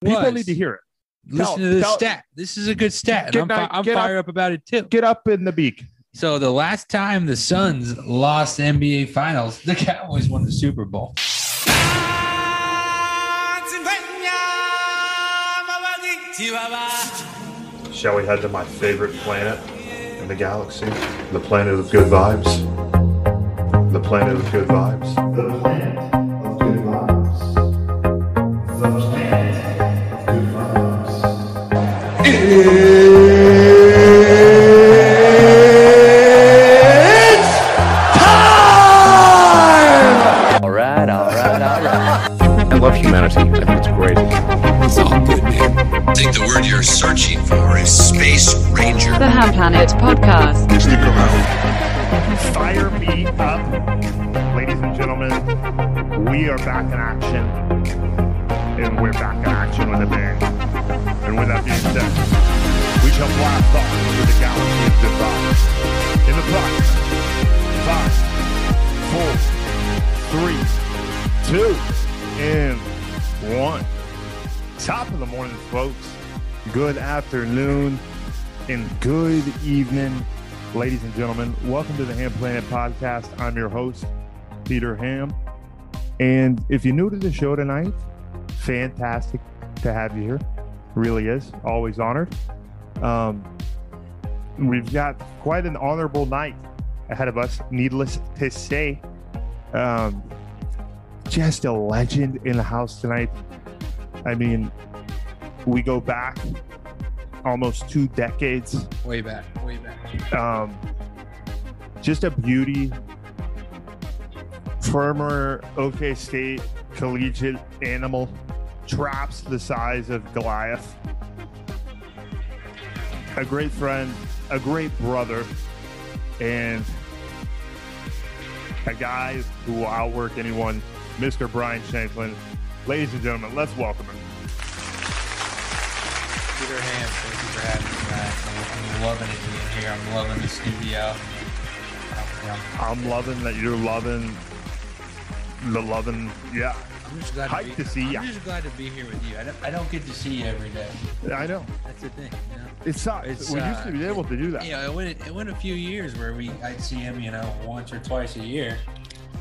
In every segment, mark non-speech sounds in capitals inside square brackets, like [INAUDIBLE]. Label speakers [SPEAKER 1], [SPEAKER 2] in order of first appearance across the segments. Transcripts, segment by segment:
[SPEAKER 1] People
[SPEAKER 2] Was.
[SPEAKER 1] need to hear it.
[SPEAKER 2] Listen
[SPEAKER 1] Tell-
[SPEAKER 2] to this
[SPEAKER 1] tell-
[SPEAKER 2] stat. This is a good stat. and
[SPEAKER 1] Get
[SPEAKER 2] I'm,
[SPEAKER 1] back-
[SPEAKER 2] fi- I'm
[SPEAKER 1] get up.
[SPEAKER 2] fired up about it too.
[SPEAKER 1] Get up in the beak.
[SPEAKER 2] So the last time the Suns lost the NBA Finals, the Cowboys won the Super Bowl.
[SPEAKER 3] Shall we head to my favorite planet in the galaxy? The planet of good vibes. The planet of good vibes.
[SPEAKER 4] The planet of good vibes. The planet of good vibes.
[SPEAKER 5] I love humanity. I think it's great.
[SPEAKER 6] think the word you're searching for is Space Ranger.
[SPEAKER 7] The Ham Planet Podcast.
[SPEAKER 3] Fire me up. Ladies and gentlemen, we are back in action. And we're back in action with a bang. And with that being said, we shall blast off to the galaxy of good vibes. In the box, five, four, three, two, and one. Top of the morning, folks. Good afternoon and good evening, ladies and gentlemen. Welcome to the Ham Planet Podcast. I'm your host, Peter Ham. And if you're new to the show tonight, fantastic to have you here. Really is. Always honored. Um, we've got quite an honorable night ahead of us, needless to say. Um, just a legend in the house tonight. I mean, we go back almost two decades.
[SPEAKER 2] Way back, way back.
[SPEAKER 3] Um, just a beauty. Firmer OK State collegiate animal, traps the size of Goliath. A great friend, a great brother, and a guy who will outwork anyone, Mr. Brian Shanklin. Ladies and gentlemen, let's welcome him.
[SPEAKER 2] Peter Ham, thank you for having me, guys. I'm, I'm loving it being here. I'm loving the studio. I'm, I'm-
[SPEAKER 3] I'm loving that you're loving the loving. Yeah,
[SPEAKER 2] I'm just glad
[SPEAKER 3] Hyped
[SPEAKER 2] to, be,
[SPEAKER 3] to see ya.
[SPEAKER 2] I'm just glad to be here with you. I don't, I don't get to see you every day.
[SPEAKER 3] I know.
[SPEAKER 2] That's the thing. You know?
[SPEAKER 3] It sucks.
[SPEAKER 2] It's,
[SPEAKER 3] we
[SPEAKER 2] uh,
[SPEAKER 3] used to be able to do that.
[SPEAKER 2] you know, it went it went a few years where we I'd see him, you know, once or twice a year.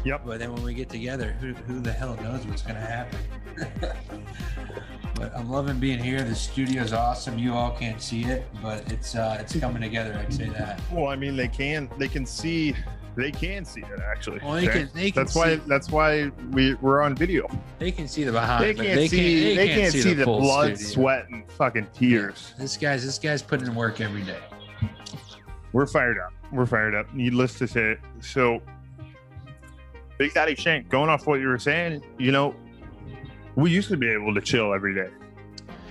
[SPEAKER 3] Yep.
[SPEAKER 2] But then when we get together, who who the hell knows what's gonna happen? [LAUGHS] but I'm loving being here. The studio's awesome. You all can't see it, but it's uh it's coming together. I'd say that.
[SPEAKER 3] Well, I mean, they can. They can see. They can see it actually.
[SPEAKER 2] Well, they can- they can
[SPEAKER 3] that's why.
[SPEAKER 2] see-
[SPEAKER 3] That's why we we're on video.
[SPEAKER 2] They can see the behind.
[SPEAKER 3] they
[SPEAKER 2] but
[SPEAKER 3] can't see. they, can't, see, the,
[SPEAKER 2] full
[SPEAKER 3] blood,
[SPEAKER 2] studio.
[SPEAKER 3] sweat, and fucking tears.
[SPEAKER 2] This guy's this guy's putting in work every day.
[SPEAKER 3] We're fired up. We're fired up. Needless to say. So, Big Daddy Shank, going off what you were saying, you know, we used to be able to chill every day.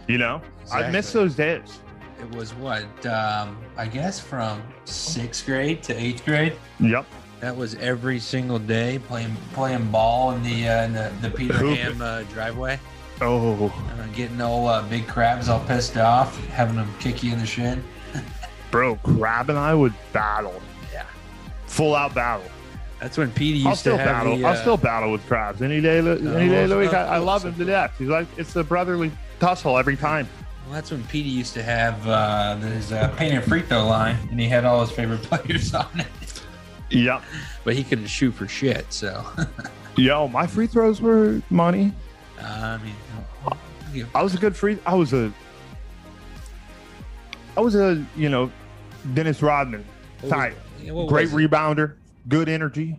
[SPEAKER 3] You know, I miss
[SPEAKER 2] Exactly.
[SPEAKER 3] those days.
[SPEAKER 2] It was what um, I guess from sixth grade to eighth grade.
[SPEAKER 3] Yep.
[SPEAKER 2] That was every single day playing playing ball in the uh, in the, the Peter
[SPEAKER 3] Hoop.
[SPEAKER 2] Ham uh, driveway,
[SPEAKER 3] Oh,
[SPEAKER 2] uh, getting all uh, big crabs all pissed off, having them kick you in the shin.
[SPEAKER 3] bro, Crab and I would battle.
[SPEAKER 2] Yeah.
[SPEAKER 3] Full out battle.
[SPEAKER 2] That's when Petey used
[SPEAKER 3] I'll still
[SPEAKER 2] to have
[SPEAKER 3] battle.
[SPEAKER 2] the. uh,
[SPEAKER 3] I'll still battle with crabs any day. Any day of the week. I, I love him to death. He's like it's a brotherly tussle every time.
[SPEAKER 2] well, that's when Petey used to have uh, his uh, painted free throw line, and he had all his favorite [LAUGHS] players on it,
[SPEAKER 3] Yep.
[SPEAKER 2] but he couldn't shoot for shit. So, [LAUGHS]
[SPEAKER 3] Yo, my free throws were money.
[SPEAKER 2] I mean,
[SPEAKER 3] I was a good free. I was a. I was a you know, Dennis Rodman
[SPEAKER 2] what
[SPEAKER 3] type.
[SPEAKER 2] was- yeah, what
[SPEAKER 3] Great
[SPEAKER 2] was it?
[SPEAKER 3] rebounder. Good energy.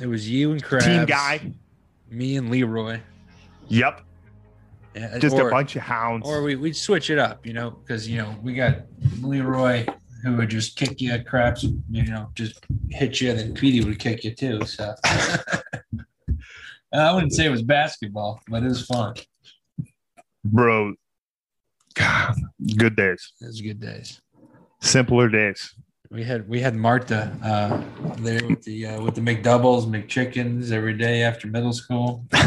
[SPEAKER 2] It was you and Krabs,
[SPEAKER 3] Team guy.
[SPEAKER 2] me and Leroy,
[SPEAKER 3] Yep.
[SPEAKER 2] Yeah,
[SPEAKER 3] Just
[SPEAKER 2] or-
[SPEAKER 3] a bunch of hounds.
[SPEAKER 2] Or we, we'd switch it up, you know, because, you know, we got Leroy who would just kick you, craps, you know, just hit you, and then Petey would kick you too. So [LAUGHS] I wouldn't say it was basketball, but it was fun.
[SPEAKER 3] Bro. God. Good days.
[SPEAKER 2] It was good days.
[SPEAKER 3] Simpler days.
[SPEAKER 2] We had we had Martha uh, there with the uh, with the McDoubles, McChickens every day after middle school. [LAUGHS] it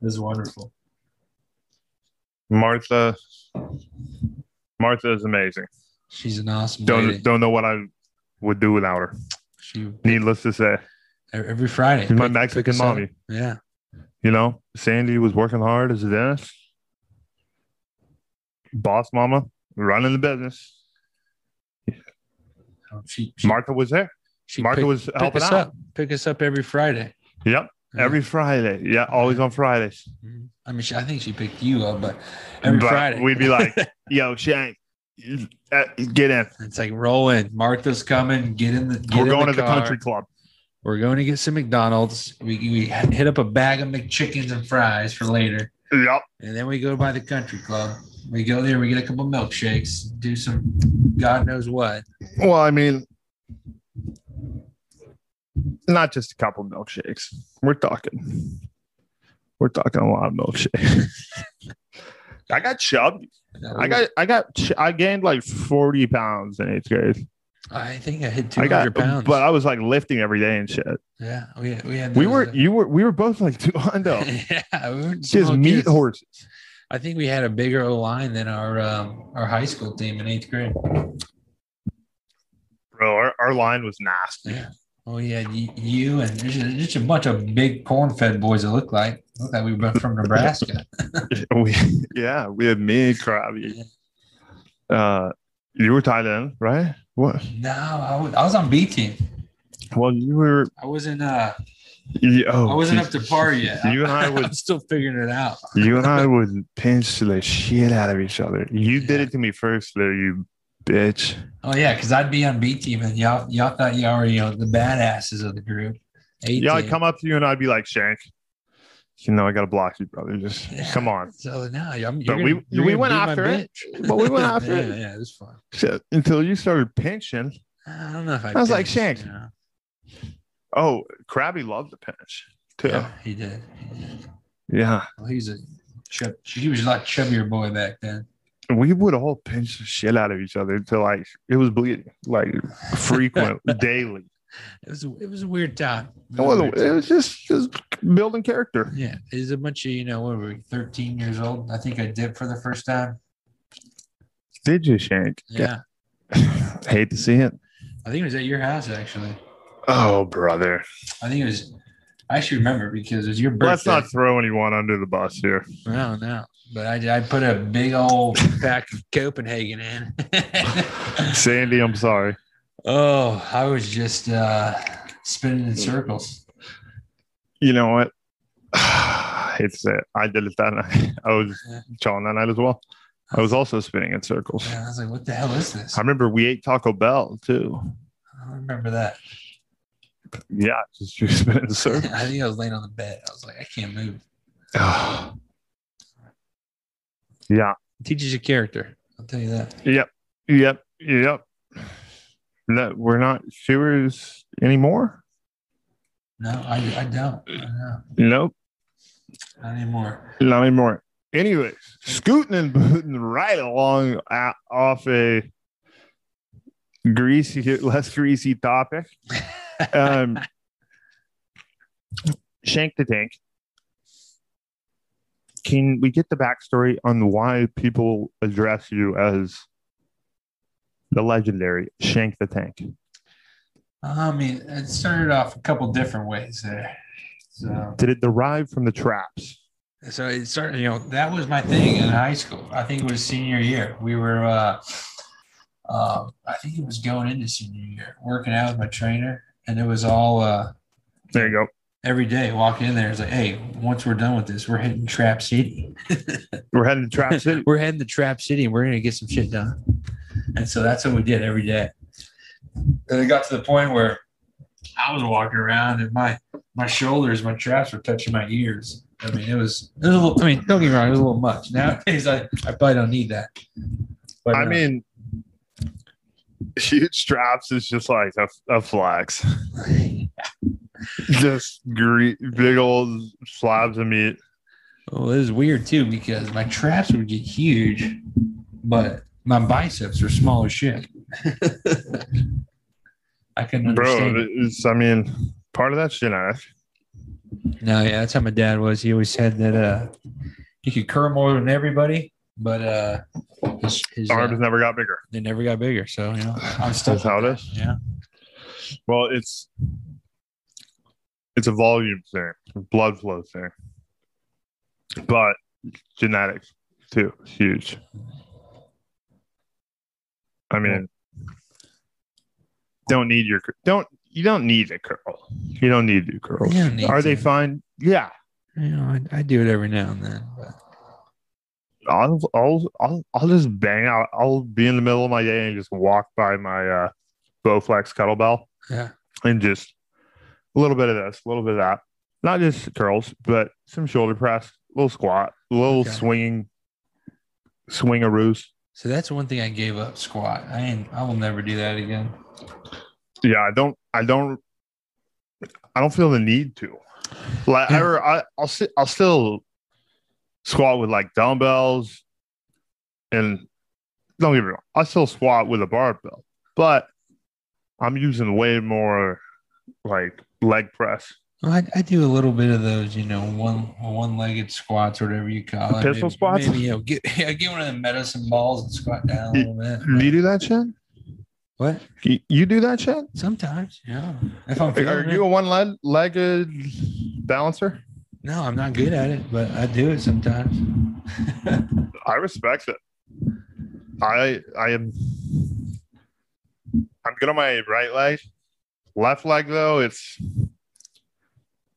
[SPEAKER 2] was wonderful.
[SPEAKER 3] Martha. Martha is amazing.
[SPEAKER 2] She's an awesome
[SPEAKER 3] Don't
[SPEAKER 2] lady.
[SPEAKER 3] don't know what I would do without her.
[SPEAKER 2] She
[SPEAKER 3] Needless to say,
[SPEAKER 2] every Friday.
[SPEAKER 3] she's my
[SPEAKER 2] pick- pick
[SPEAKER 3] Mexican
[SPEAKER 2] us up.
[SPEAKER 3] mommy.
[SPEAKER 2] Yeah.
[SPEAKER 3] You know, Sandy was working hard as a dentist. Boss mama running the business.
[SPEAKER 2] She, she,
[SPEAKER 3] Martha was there.
[SPEAKER 2] she
[SPEAKER 3] Martha
[SPEAKER 2] pick-
[SPEAKER 3] was
[SPEAKER 2] pick
[SPEAKER 3] helping
[SPEAKER 2] us
[SPEAKER 3] out.
[SPEAKER 2] up. Pick us up every Friday.
[SPEAKER 3] Yep. Every Friday. Yeah. Always on Fridays.
[SPEAKER 2] I mean, she, I think she picked you up, but every
[SPEAKER 3] But
[SPEAKER 2] Friday
[SPEAKER 3] We'd
[SPEAKER 2] [LAUGHS]
[SPEAKER 3] be like, yo, Shank, uh, get in.
[SPEAKER 2] it's like roll in. Martha's coming. Get in the. Get
[SPEAKER 3] We're
[SPEAKER 2] in
[SPEAKER 3] going
[SPEAKER 2] the
[SPEAKER 3] to the
[SPEAKER 2] car.
[SPEAKER 3] country club.
[SPEAKER 2] We're going to get some McDonald's. We, we hit up a bag of McChickens and fries for later,
[SPEAKER 3] Yep.
[SPEAKER 2] and then we go by the country club. We go there. We get a couple milkshakes. Do some God knows what.
[SPEAKER 3] Well, I mean, not just a couple milkshakes. We're talking, we're talking a lot of milkshakes. [LAUGHS] I got shoved. I got, I got, ch- I gained like forty pounds in eighth grade.
[SPEAKER 2] I think I hit
[SPEAKER 3] I
[SPEAKER 2] two
[SPEAKER 3] got,
[SPEAKER 2] hundred pounds.
[SPEAKER 3] but I was like lifting every day and shit.
[SPEAKER 2] yeah, we had, we had
[SPEAKER 3] We
[SPEAKER 2] those,
[SPEAKER 3] were,
[SPEAKER 2] uh,
[SPEAKER 3] you were, we were both like [LAUGHS] two hundred.
[SPEAKER 2] [LAUGHS] yeah, we were
[SPEAKER 3] Just
[SPEAKER 2] small
[SPEAKER 3] meat
[SPEAKER 2] kids.
[SPEAKER 3] horses.
[SPEAKER 2] I think we had a bigger O line than our um, our high school team in eighth grade.
[SPEAKER 3] Bro, our, our line was nasty.
[SPEAKER 2] Yeah. Oh yeah, you, you and there's just, just a bunch of big corn-fed boys. It looked like looked like we were from Nebraska.
[SPEAKER 3] [LAUGHS] we, yeah, we had me and Krabby. Uh, you were tied in, right? What?
[SPEAKER 2] no, I was, I was on B team.
[SPEAKER 3] Well, you were.
[SPEAKER 2] I wasn't uh [LAUGHS]
[SPEAKER 3] You, oh,
[SPEAKER 2] I wasn't
[SPEAKER 3] geez.
[SPEAKER 2] up to par yet.
[SPEAKER 3] You and I
[SPEAKER 2] I'm
[SPEAKER 3] would.
[SPEAKER 2] still figuring it out.
[SPEAKER 3] you and I would pinch the shit out of each other. You did it to me first, though, you bitch.
[SPEAKER 2] Oh yeah, because I'd be on B team and y'all y'all thought y'all were you know the badasses of the group. A
[SPEAKER 3] Yeah, I'd
[SPEAKER 2] team.
[SPEAKER 3] come up to you and I'd be like, Shank. You know, I gotta block you, brother. Just
[SPEAKER 2] Yeah.
[SPEAKER 3] come on.
[SPEAKER 2] So now I'm.
[SPEAKER 3] But we- we went after it. But we went after
[SPEAKER 2] [LAUGHS] yeah,
[SPEAKER 3] it.
[SPEAKER 2] Yeah, it was fun.
[SPEAKER 3] So, until you started pinching.
[SPEAKER 2] I don't know if I.
[SPEAKER 3] I was like,
[SPEAKER 2] pitched,
[SPEAKER 3] Shank.
[SPEAKER 2] you know.
[SPEAKER 3] Oh, Krabby loved the pinch too.
[SPEAKER 2] Yeah,
[SPEAKER 3] Yeah.
[SPEAKER 2] he did. He did. Well, Oh, he's a chub, he was a lot chubbier boy back then.
[SPEAKER 3] we would all pinch the shit out of each other until like it was bleeding like
[SPEAKER 2] [LAUGHS]
[SPEAKER 3] frequent daily
[SPEAKER 2] It was it was a weird time.
[SPEAKER 3] it was,
[SPEAKER 2] a weird
[SPEAKER 3] it
[SPEAKER 2] time.
[SPEAKER 3] was just just building character
[SPEAKER 2] yeah, it was a bunch of you know what were we, thirteen years old? I think I did for the first time.
[SPEAKER 3] did you shank
[SPEAKER 2] Yeah,
[SPEAKER 3] [LAUGHS] hate to see it
[SPEAKER 2] I think it was at your house actually.
[SPEAKER 3] oh brother
[SPEAKER 2] I think it was. I actually remember because it was your birthday.
[SPEAKER 3] let's not throw anyone under the bus here
[SPEAKER 2] No, no. But I, I put a big old pack of Copenhagen in. [LAUGHS]
[SPEAKER 3] sandy i'm sorry
[SPEAKER 2] oh, I was just uh, spinning in circles.
[SPEAKER 3] you know [SIGHS] what it's it i did it that night [LAUGHS] i was chilling that night as well i was also spinning in circles
[SPEAKER 2] And I was like, what the hell is this? I
[SPEAKER 3] i remember we ate taco bell too
[SPEAKER 2] don't remember that.
[SPEAKER 3] yeah just you [LAUGHS] spinning
[SPEAKER 2] [LAUGHS]
[SPEAKER 3] in
[SPEAKER 2] I
[SPEAKER 3] [SIGHS] circles
[SPEAKER 2] think I was laying on the bed. I was like, I can't move.
[SPEAKER 3] yeah
[SPEAKER 2] teaches you character. I'll tell you that.
[SPEAKER 3] Yep. Yep. Yep. No, we're not sewers anymore.
[SPEAKER 2] No, I, I don't. I don't.
[SPEAKER 3] Nope.
[SPEAKER 2] Not anymore.
[SPEAKER 3] Not anymore. Anyways, scooting and booting right along o- off a greasy, less greasy topic. Um, Shank the Tank. Can we get the backstory on why people address you as the legendary Shank the Tank?
[SPEAKER 2] Uh, I mean, it started off a couple different ways there. So.
[SPEAKER 3] Did it derive from the traps?
[SPEAKER 2] so it started you know that was my thing in high school i think it was senior year we were uh, uh i think it was going into senior year working out with my trainer and it was all uh
[SPEAKER 3] There you go.
[SPEAKER 2] every day walking in there it's like hey once we're done with this we're hitting trap city [LAUGHS]
[SPEAKER 3] We're heading to Trap City.
[SPEAKER 2] we're heading to trap city and we're gonna get some shit done and so that's what we did every day and it got to the point where i was walking around and my my shoulders my traps were touching my ears i mean it was it was a little i mean don't get me wrong it was a little much nowadays i, I probably don't need that but
[SPEAKER 3] I
[SPEAKER 2] uh,
[SPEAKER 3] mean, huge traps is just like a, a flex. [LAUGHS] just gre- big old slabs of meat.
[SPEAKER 2] well it was weird too because my traps would get huge but my biceps were small as [LAUGHS] shit i couldn't
[SPEAKER 3] Bro,
[SPEAKER 2] understand it.
[SPEAKER 3] it's, I mean, part of that's genetic.
[SPEAKER 2] No, yeah, that's how my dad was. He always said that uh he could curl more than everybody, but uh his, his
[SPEAKER 3] Arms
[SPEAKER 2] uh,
[SPEAKER 3] never got bigger.
[SPEAKER 2] they never got bigger. So you know, I'm
[SPEAKER 3] That's
[SPEAKER 2] stuck.
[SPEAKER 3] how it is.
[SPEAKER 2] Yeah,
[SPEAKER 3] Well, it's it's a volume thing, blood flow thing. but genetics too is huge. I mean, don't need your don't you don't need a curl. You don't need your curls.
[SPEAKER 2] You don't need
[SPEAKER 3] Are they
[SPEAKER 2] to.
[SPEAKER 3] fine? Yeah,
[SPEAKER 2] You know, I, I do it every now and then. But
[SPEAKER 3] I'll I'll I'll, I'll just bang out. I'll be in the middle of my day and just walk by my uh, Bowflex kettlebell.
[SPEAKER 2] yeah,
[SPEAKER 3] and just a little bit of this, a little bit of that. Not just curls, but some shoulder press, a little squat, a little
[SPEAKER 2] Okay.
[SPEAKER 3] swinging, swing a roos.
[SPEAKER 2] so that's one thing I gave up squat. I ain't, I will never do that again.
[SPEAKER 3] Yeah, I don't, I don't, I don't feel the need to. Like, I,
[SPEAKER 2] Yeah.
[SPEAKER 3] or I, I'll sit, I'll still squat with like dumbbells, and don't get me wrong, I still squat with a barbell, but I'm using way more like leg press,
[SPEAKER 2] Well, I, I do a little bit of those, you know, one one legged squats, whatever you call
[SPEAKER 3] The
[SPEAKER 2] it.
[SPEAKER 3] pistol
[SPEAKER 2] maybe,
[SPEAKER 3] squats?
[SPEAKER 2] Maybe you know, get [LAUGHS] yeah, get one of the medicine balls and squat down a
[SPEAKER 3] You-
[SPEAKER 2] little bit.
[SPEAKER 3] You do that, Chad?
[SPEAKER 2] What?
[SPEAKER 3] You, you do that, Chad?
[SPEAKER 2] Sometimes, yeah. If I'm
[SPEAKER 3] Are
[SPEAKER 2] feeling
[SPEAKER 3] you
[SPEAKER 2] it.
[SPEAKER 3] a one leg legged balancer?
[SPEAKER 2] no, I'm not good at it, but I do it sometimes.
[SPEAKER 3] I respect it. I I am I'm good on my right leg. Left leg though, it's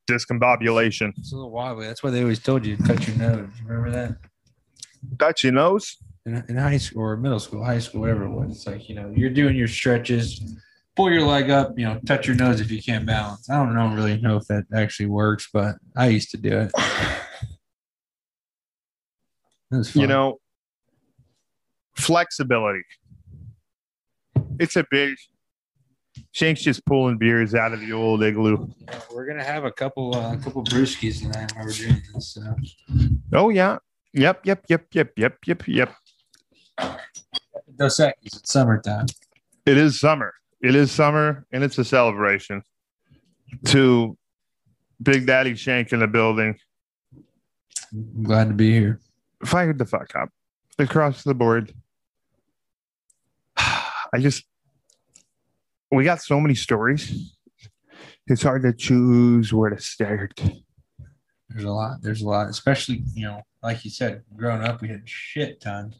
[SPEAKER 3] discombobulation.
[SPEAKER 2] It's a little wobbly. That's why they always told you to touch your nose. Remember that?
[SPEAKER 3] Touch your nose.
[SPEAKER 2] in, in high school or middle school, high school, whatever it was. It's like, you know, you're doing your stretches, pull your leg up, you know, touch your nose if you can't balance. I don't know, really know if that actually works, but I used to do it. It was fun.
[SPEAKER 3] You know, flexibility. It's a big Shank's just pulling beers out of the old igloo.
[SPEAKER 2] Yeah, we're gonna have a couple, uh, a couple brewskis tonight while we're doing this. So.
[SPEAKER 3] Oh yeah. Yep, yep, yep, yep, yep, yep, yep.
[SPEAKER 2] Dos Equis, it's summertime.
[SPEAKER 3] It is summer. It is summer and it's a celebration. To Big Daddy Shank in the building.
[SPEAKER 2] I'm glad to be here.
[SPEAKER 3] Fired the fuck up. Across the board. [SIGHS] I just we got so many stories. It's hard to choose where to start.
[SPEAKER 2] There's a lot. There's a lot, especially you know, like you said, growing up, we had shit tons.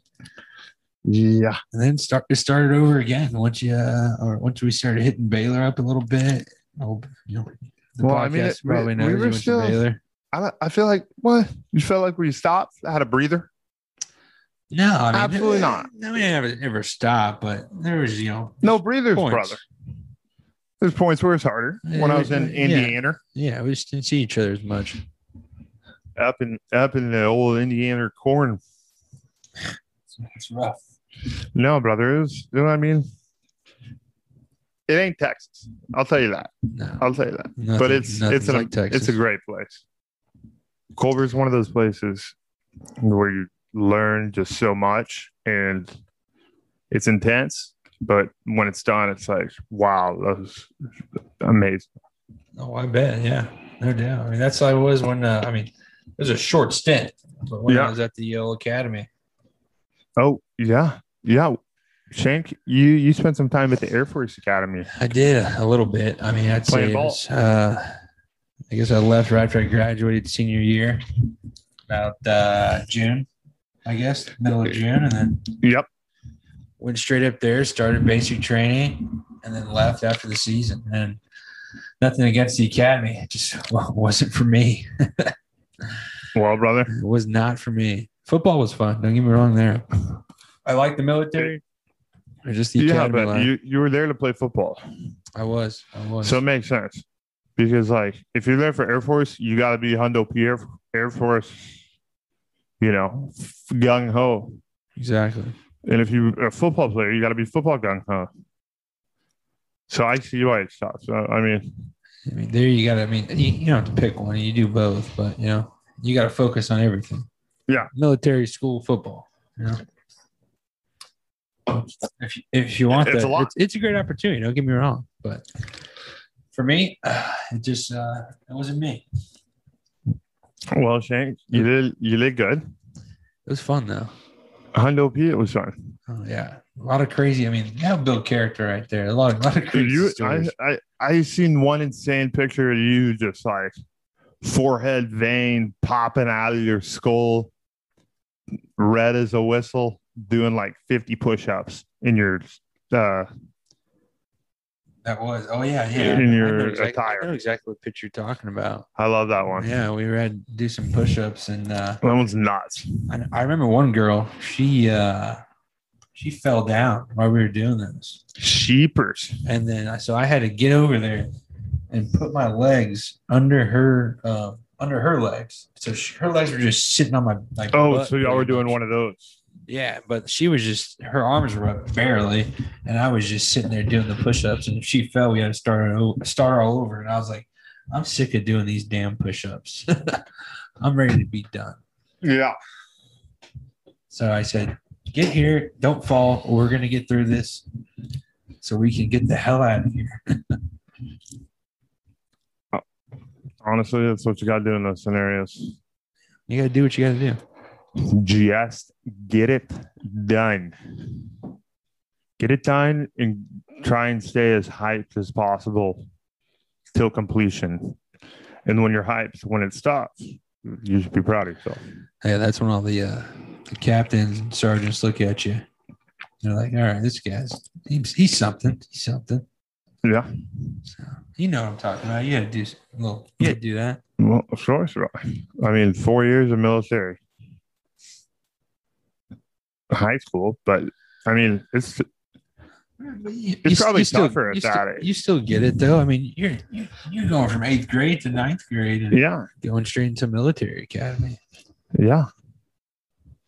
[SPEAKER 3] Yeah.
[SPEAKER 2] and then start it started over again once you uh, or once we started hitting Baylor up a little bit. Oh, you know, the
[SPEAKER 3] Well,
[SPEAKER 2] podcast
[SPEAKER 3] I mean, it- we-
[SPEAKER 2] probably
[SPEAKER 3] we
[SPEAKER 2] knows
[SPEAKER 3] were
[SPEAKER 2] you went
[SPEAKER 3] still-
[SPEAKER 2] to Baylor.
[SPEAKER 3] I don't- I feel like what? You felt like we stopped, had a breather?
[SPEAKER 2] No, I mean,
[SPEAKER 3] Absolutely
[SPEAKER 2] it-
[SPEAKER 3] not.
[SPEAKER 2] I mean, never ever stopped, but there was you know,
[SPEAKER 3] No breathers,
[SPEAKER 2] points.
[SPEAKER 3] brother. There's points where it's harder. When I was in
[SPEAKER 2] Yeah.
[SPEAKER 3] Indiana,
[SPEAKER 2] Yeah, we just didn't see each other as much.
[SPEAKER 3] up in up in the old Indiana corn
[SPEAKER 2] It's rough.
[SPEAKER 3] No, brother. It was, you know what I mean? It ain't Texas. I'll tell you that.
[SPEAKER 2] No,
[SPEAKER 3] I'll tell you that.
[SPEAKER 2] nothing-
[SPEAKER 3] Uh, but it's it's
[SPEAKER 2] nothing's
[SPEAKER 3] an,
[SPEAKER 2] like Texas.
[SPEAKER 3] it's a great place. Culver's one of those places where you learn just so much and it's intense, but when it's done, it's like, wow, that was amazing.
[SPEAKER 2] Oh, I bet. Yeah, no doubt. I mean, that's how I was when uh, I mean, it was a short stint, but when
[SPEAKER 3] Yeah.
[SPEAKER 2] I was at the Yale Academy,
[SPEAKER 3] Oh, yeah. Yeah. Shank, you you spent some time at the Air Force Academy.
[SPEAKER 2] I did a little bit. I mean, I'd
[SPEAKER 3] Playing
[SPEAKER 2] say it
[SPEAKER 3] ball.
[SPEAKER 2] was, uh, I guess I left right after I graduated senior year, about uh, June, I guess, middle of June, and then
[SPEAKER 3] Yep.
[SPEAKER 2] went straight up there, started basic training, and then left after the season. And nothing against the academy, it just [LAUGHS] wa- wasn't for me.
[SPEAKER 3] Well, brother.
[SPEAKER 2] It was not for me. Football was fun. Don't get me wrong. There, I like the military. Or just the
[SPEAKER 3] Yeah,
[SPEAKER 2] academy
[SPEAKER 3] but
[SPEAKER 2] life.
[SPEAKER 3] you, you were there to play football.
[SPEAKER 2] I was. I was.
[SPEAKER 3] So it makes sense because, like, if you're there for Air Force, you got to be Hundo P Air, Air Force, you know, gung ho.
[SPEAKER 2] exactly.
[SPEAKER 3] And if you're a football player, you got to be football gung ho. So I see why it stops. Uh, I mean,
[SPEAKER 2] I mean, there you got to, I mean, you, you don't have to pick one. You do both, but, you know, you got to focus on everything.
[SPEAKER 3] Yeah.
[SPEAKER 2] Military, school, football. You know? If, you- if you want
[SPEAKER 3] It's
[SPEAKER 2] that,
[SPEAKER 3] a lot.
[SPEAKER 2] It's, it's a great opportunity. Don't get me wrong. But for me, [SIGHS] it just, uh, it wasn't me.
[SPEAKER 3] well, Shane, you did you did good.
[SPEAKER 2] It was fun, though.
[SPEAKER 3] Hundo P, it was fun.
[SPEAKER 2] Oh, yeah. A lot of crazy. I mean, that'll build character right there. A lot, a lot of crazy
[SPEAKER 3] You, I,
[SPEAKER 2] stories.
[SPEAKER 3] I I seen one insane picture of you just like forehead vein popping out of your skull, red as a whistle, doing like 50 push ups in your uh,
[SPEAKER 2] That was. Oh yeah, yeah.
[SPEAKER 3] In
[SPEAKER 2] I know
[SPEAKER 3] your
[SPEAKER 2] exactly, I
[SPEAKER 3] attire.
[SPEAKER 2] know exactly what pitch you're talking about.
[SPEAKER 3] I love that one.
[SPEAKER 2] Yeah, we read do some push-ups and uh,
[SPEAKER 3] That one's nuts.
[SPEAKER 2] I, I remember one girl. She uh, she fell down while we were doing this,
[SPEAKER 3] Sheepers.
[SPEAKER 2] and then I so I had to get over there and put my legs under her um, under her legs. So she, her legs were just sitting on my like.
[SPEAKER 3] Oh,
[SPEAKER 2] butt
[SPEAKER 3] so y'all were
[SPEAKER 2] pretty
[SPEAKER 3] doing
[SPEAKER 2] much.
[SPEAKER 3] one of those.
[SPEAKER 2] Yeah, but she was just her arms were up barely, and I was just sitting there doing the push-ups. And if she fell, we had to start o- start all over. And I was like, I'm sick of doing these damn push-ups. [LAUGHS] I'm ready to be done.
[SPEAKER 3] Yeah.
[SPEAKER 2] So I said, "Get here, don't fall. We're gonna get through this, so we can get the hell out of here."
[SPEAKER 3] Honestly, that's what you got to do in those scenarios.
[SPEAKER 2] You gotta do what you gotta do.
[SPEAKER 3] Just get it done. Get it done and try and stay as hyped as possible till completion. And when you're hyped, when it stops, you should be proud of yourself.
[SPEAKER 2] Yeah, that's when all the uh, the captains and sergeants look at you. They're like, "All right, this guy's he's, he's something. He's something."
[SPEAKER 3] Yeah.
[SPEAKER 2] So you know what I'm talking about. You gotta do s- well. You gotta do that.
[SPEAKER 3] Well, of course, right. I mean, four years of military, high school, but I mean, it's
[SPEAKER 2] But you-
[SPEAKER 3] It's
[SPEAKER 2] you-
[SPEAKER 3] probably
[SPEAKER 2] you still-
[SPEAKER 3] tougher at
[SPEAKER 2] you
[SPEAKER 3] that
[SPEAKER 2] still-
[SPEAKER 3] age.
[SPEAKER 2] you still get it though. I mean, you're you're, you're going from eighth grade to ninth grade and
[SPEAKER 3] yeah,
[SPEAKER 2] going straight into military academy.
[SPEAKER 3] yeah,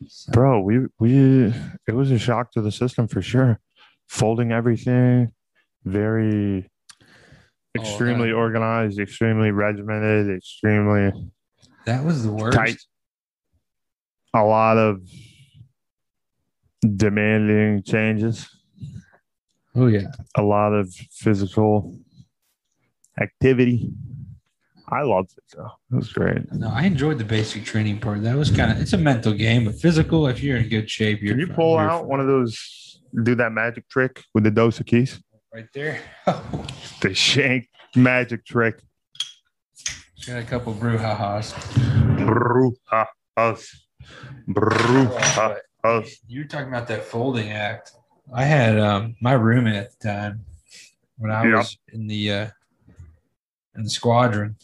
[SPEAKER 2] So-
[SPEAKER 3] bro. We we it was a shock to the system for sure. Folding everything, very
[SPEAKER 2] Oh,
[SPEAKER 3] extremely organized, extremely regimented, extremely
[SPEAKER 2] that was the worst.
[SPEAKER 3] Tight. a lot of demanding changes,
[SPEAKER 2] Oh yeah.
[SPEAKER 3] a lot of physical activity. I loved it though. It was great.
[SPEAKER 2] No, I enjoyed the basic training part. That was kind of it's a mental game, but physical. If you're in good shape, you're.
[SPEAKER 3] Can you
[SPEAKER 2] fine.
[SPEAKER 3] pull
[SPEAKER 2] You're
[SPEAKER 3] out
[SPEAKER 2] fine.
[SPEAKER 3] one of those, do that magic trick with the Dosa keys?
[SPEAKER 2] right there? [LAUGHS]
[SPEAKER 3] The shank magic trick.
[SPEAKER 2] Got a couple brouhahas.
[SPEAKER 3] Brouhahas. Brouhahas.
[SPEAKER 2] But You're talking about that folding act. I had um, my roommate at the time when I
[SPEAKER 3] Yeah.
[SPEAKER 2] was in the uh, in the squadron.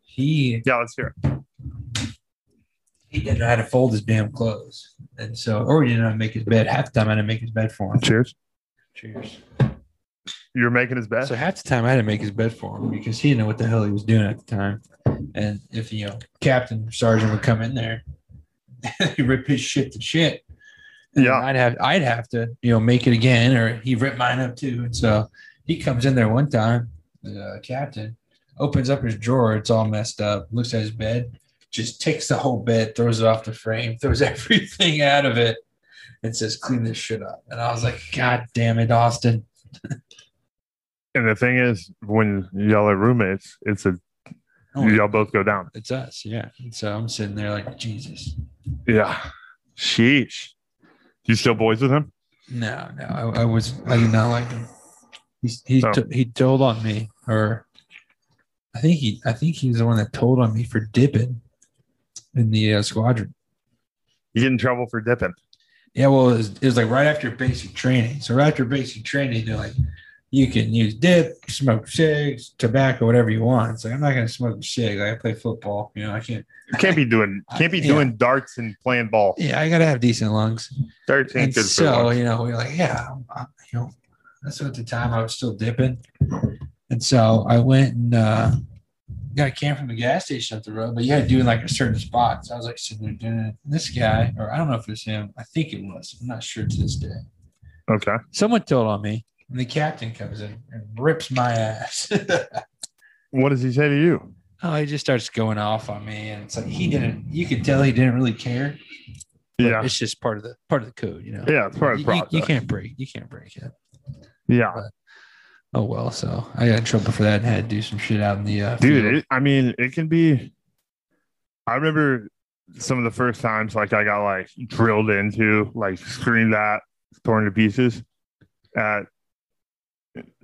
[SPEAKER 2] He
[SPEAKER 3] Yeah, let's hear it.
[SPEAKER 2] he didn't know how to fold his damn clothes, and so or he didn't know how to make his bed. Half the time I didn't make his bed for him.
[SPEAKER 3] Cheers.
[SPEAKER 2] Cheers.
[SPEAKER 3] You're making his best.
[SPEAKER 2] So half the time I had to make his bed for him because he didn't know what the hell he was doing at the time. And if you know, captain sergeant would come in there, [LAUGHS] he rip his shit to shit. And
[SPEAKER 3] Yeah.
[SPEAKER 2] I'd have I'd have to you know make it again, or he ripped mine up too. And so he comes in there one time, the uh, captain opens up his drawer, it's all messed up. Looks at his bed, just takes the whole bed, throws it off the frame, throws [LAUGHS] everything out of it, and says, "Clean this shit up." And I was like, "God damn it, Austin!"
[SPEAKER 3] And the thing is, when y'all are roommates, it's a y'all both go down.
[SPEAKER 2] it's us, yeah. And so I'm sitting there like Jesus.
[SPEAKER 3] Yeah. Sheesh. You still boys with him?
[SPEAKER 2] No, no, I, I was I did not like him. He he
[SPEAKER 3] Oh.
[SPEAKER 2] to- he told on me, or I think he I think he was the one that told on me for dipping in the uh, squadron.
[SPEAKER 3] You get in trouble for dipping.
[SPEAKER 2] Yeah, well, it was, it was like right after basic training. So right after basic training, they're like, you can use dip, smoke cigs, tobacco, whatever you want. It's like I'm not gonna smoke a cig. Like, I play football, you know. I can't.
[SPEAKER 3] You can't be doing can't be doing darts and playing ball.
[SPEAKER 2] Yeah, I gotta have decent lungs.
[SPEAKER 3] Darts ain't
[SPEAKER 2] and
[SPEAKER 3] good for
[SPEAKER 2] so
[SPEAKER 3] lungs.
[SPEAKER 2] you know we are like yeah I'm- I'm- you know that's at the time i was still dipping and so i went and uh got a can from the gas station up the road but you had to do in like a certain spot so i was like sitting there doing it and this guy or i don't know if it was him i think it was i'm not sure to this day
[SPEAKER 3] Okay.
[SPEAKER 2] someone told on me and the captain comes in and rips my ass [LAUGHS]
[SPEAKER 3] What does he say to you?
[SPEAKER 2] oh he just starts going off on me and it's like he didn't you could tell he didn't really care but
[SPEAKER 3] Yeah.
[SPEAKER 2] it's just part of the part of the code you know
[SPEAKER 3] Yeah, it's part of
[SPEAKER 2] you,
[SPEAKER 3] the
[SPEAKER 2] you-
[SPEAKER 3] process.
[SPEAKER 2] you can't break you can't break it
[SPEAKER 3] yeah.
[SPEAKER 2] Oh well, so I got in trouble for that and had to do some shit out in the uh,
[SPEAKER 3] dude
[SPEAKER 2] field.
[SPEAKER 3] it, i mean it can be i remember some of the first times like i got like drilled into like screamed at torn to pieces at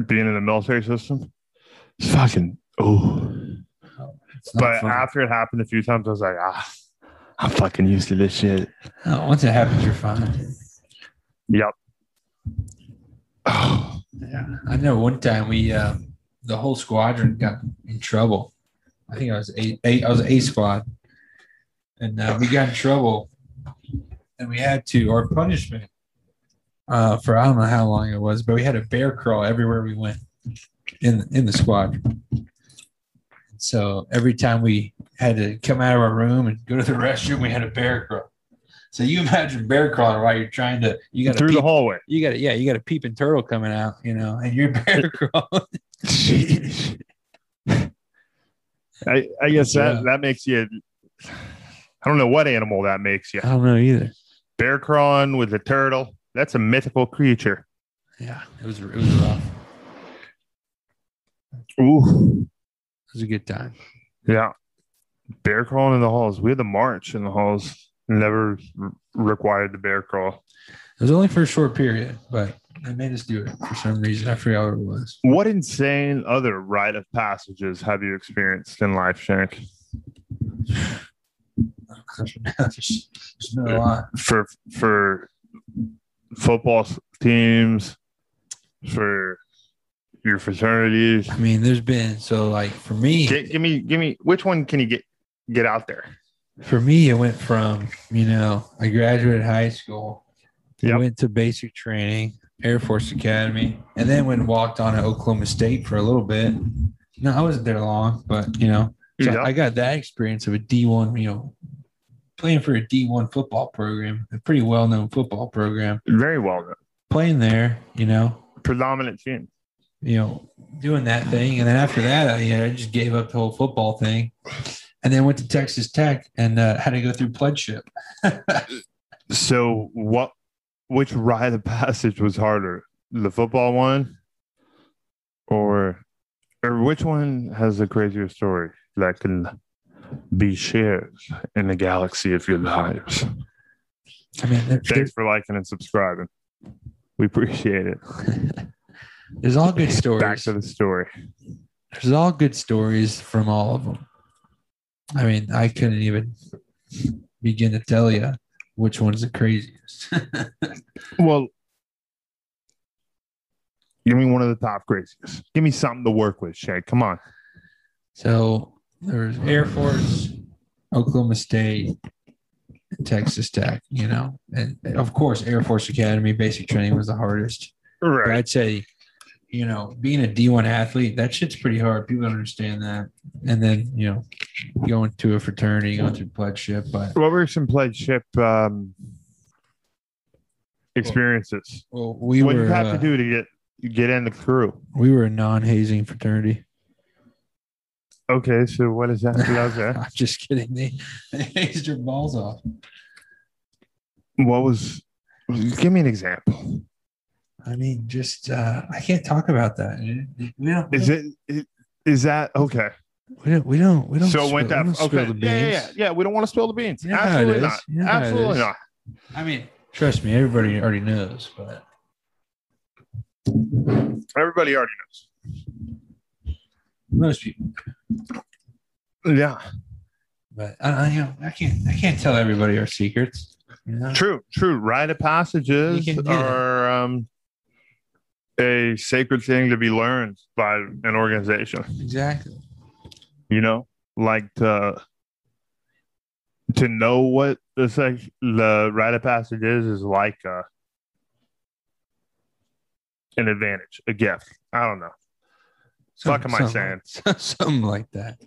[SPEAKER 3] being in the military system it's fucking oh
[SPEAKER 2] not
[SPEAKER 3] But
[SPEAKER 2] fun.
[SPEAKER 3] after it happened a few times, I was like, ah,
[SPEAKER 1] I'm fucking used to this shit.
[SPEAKER 2] Uh, once it happens, you're fine.
[SPEAKER 3] yep.
[SPEAKER 2] Yeah, I know. One time we, uh, the whole squadron got in trouble. I think I was eight. eight I was A squad, and uh, we got in trouble, and we had to our punishment uh, for I don't know how long it was, but we had a bear crawl everywhere we went in in the squadron. So every time we had to come out of our room and go to the [LAUGHS] restroom, we had a bear crawl. So you imagine bear crawling while you're trying to you got
[SPEAKER 3] Through the hallway.
[SPEAKER 2] you got it. Yeah, you got a peeping turtle coming out, you know, and you're [LAUGHS] bear crawling.
[SPEAKER 1] Jeez.
[SPEAKER 3] I, I guess that,
[SPEAKER 2] Yeah.
[SPEAKER 3] that makes you. I don't know what animal that makes you.
[SPEAKER 2] I don't know either.
[SPEAKER 3] Bear crawling with a turtle. That's a mythical creature.
[SPEAKER 2] Yeah, it was it was rough. It
[SPEAKER 3] Ooh.
[SPEAKER 2] was a good time.
[SPEAKER 3] Yeah. Bear crawling in the halls. We had the march in the halls. Never r- required the bear crawl.
[SPEAKER 2] It was only for a short period, but they made us do it for some reason. I forgot what it was. [LAUGHS]
[SPEAKER 3] What insane other rite of passages have you experienced in life, Shank?
[SPEAKER 2] there's, there's not a lot.
[SPEAKER 3] For for football s- teams, for your fraternities.
[SPEAKER 2] I mean, there's been so like for me,
[SPEAKER 3] Gi- give me, give me. Which one can you get get out there?
[SPEAKER 2] for me, it went from you know I graduated high school, I
[SPEAKER 3] Yep.
[SPEAKER 2] went to basic training, Air Force Academy, and then went and walked on at Oklahoma State for a little bit. No, I wasn't there long, but you know, So
[SPEAKER 3] Yeah.
[SPEAKER 2] I got that experience of a D1, you know, playing for a D1 football program, a pretty well known football program,
[SPEAKER 3] very well known.
[SPEAKER 2] playing there, you know,
[SPEAKER 3] Predominant team.
[SPEAKER 2] you know, doing that thing. And then after that, I, you know, I just gave up the whole football thing and then went to Texas Tech and uh, had to go through [LAUGHS] pledship.
[SPEAKER 3] So what? Which rite of passage was harder, the football one, or or which one has the crazier story that can be shared in the galaxy of your lives?
[SPEAKER 2] I mean, there-
[SPEAKER 3] Thanks for liking and subscribing. We appreciate it.
[SPEAKER 2] there's all good
[SPEAKER 3] [LAUGHS] Back
[SPEAKER 2] stories.
[SPEAKER 3] to the story.
[SPEAKER 2] There's all good stories from all of them. I mean, I couldn't even begin to tell you which one's the craziest.
[SPEAKER 3] Well, give me one of the top craziest. Give me something to work with, Shay. Come on.
[SPEAKER 2] So there's Air Force, Oklahoma State, and Texas Tech, you know, and of course, Air Force Academy basic training was the hardest. But I'd say, you know, being a D1 athlete, that shit's pretty hard. People don't understand that. And then, you know, going to a fraternity, going through pledgeship. But
[SPEAKER 3] What were some pledge ship um, experiences?
[SPEAKER 2] well, we
[SPEAKER 3] what do
[SPEAKER 2] were
[SPEAKER 3] you have
[SPEAKER 2] uh,
[SPEAKER 3] to do to get get in the crew?
[SPEAKER 2] we were a non-hazing fraternity. [LAUGHS]
[SPEAKER 3] Okay, so what is that? How's that?
[SPEAKER 2] I'm just kidding. They, they [LAUGHS] hazed your balls off.
[SPEAKER 3] [LAUGHS] What was? Give me an example.
[SPEAKER 2] I mean, just uh, I can't talk about that. dude. We don't-
[SPEAKER 3] Is it? it- Is that okay?
[SPEAKER 2] We don't. We don't. We don't.
[SPEAKER 3] so it
[SPEAKER 2] spill-
[SPEAKER 3] went
[SPEAKER 2] we
[SPEAKER 3] that
[SPEAKER 2] don't spill
[SPEAKER 3] okay?
[SPEAKER 2] the
[SPEAKER 3] yeah, yeah, yeah,
[SPEAKER 2] beans.
[SPEAKER 3] yeah. We don't want to spill the beans.
[SPEAKER 2] You know how it
[SPEAKER 3] Absolutely
[SPEAKER 2] is.
[SPEAKER 3] not.
[SPEAKER 2] You know how it
[SPEAKER 3] Absolutely
[SPEAKER 2] is.
[SPEAKER 3] not.
[SPEAKER 2] I mean, trust me, everybody already knows, but
[SPEAKER 3] Everybody already
[SPEAKER 2] most people.
[SPEAKER 3] knows. Yeah,
[SPEAKER 2] But I, I, you know, I can't. I can't tell everybody our secrets. You know?
[SPEAKER 3] true, true. Rite of passages
[SPEAKER 2] You can do that.
[SPEAKER 3] are um, a sacred thing to be learned by an organization.
[SPEAKER 2] Exactly. [LAUGHS]
[SPEAKER 3] you know like to to know what the sex, the rite of passage is is like uh an advantage a gift i don't know Fuck am I
[SPEAKER 2] something- something like that.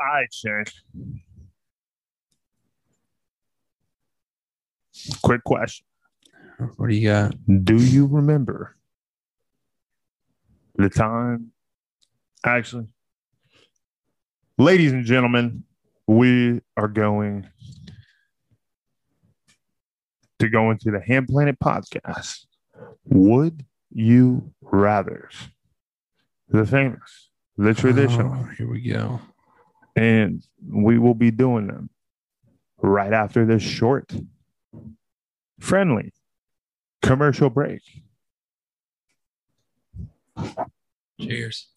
[SPEAKER 3] i change quick question
[SPEAKER 2] What do you got?
[SPEAKER 3] do you remember the time actually ladies and gentlemen we are going to go into the hand planet podcast would you rather the famous the traditional
[SPEAKER 2] Oh, here we go.
[SPEAKER 3] and we will be doing them right after this short, friendly commercial break.
[SPEAKER 2] Cheers.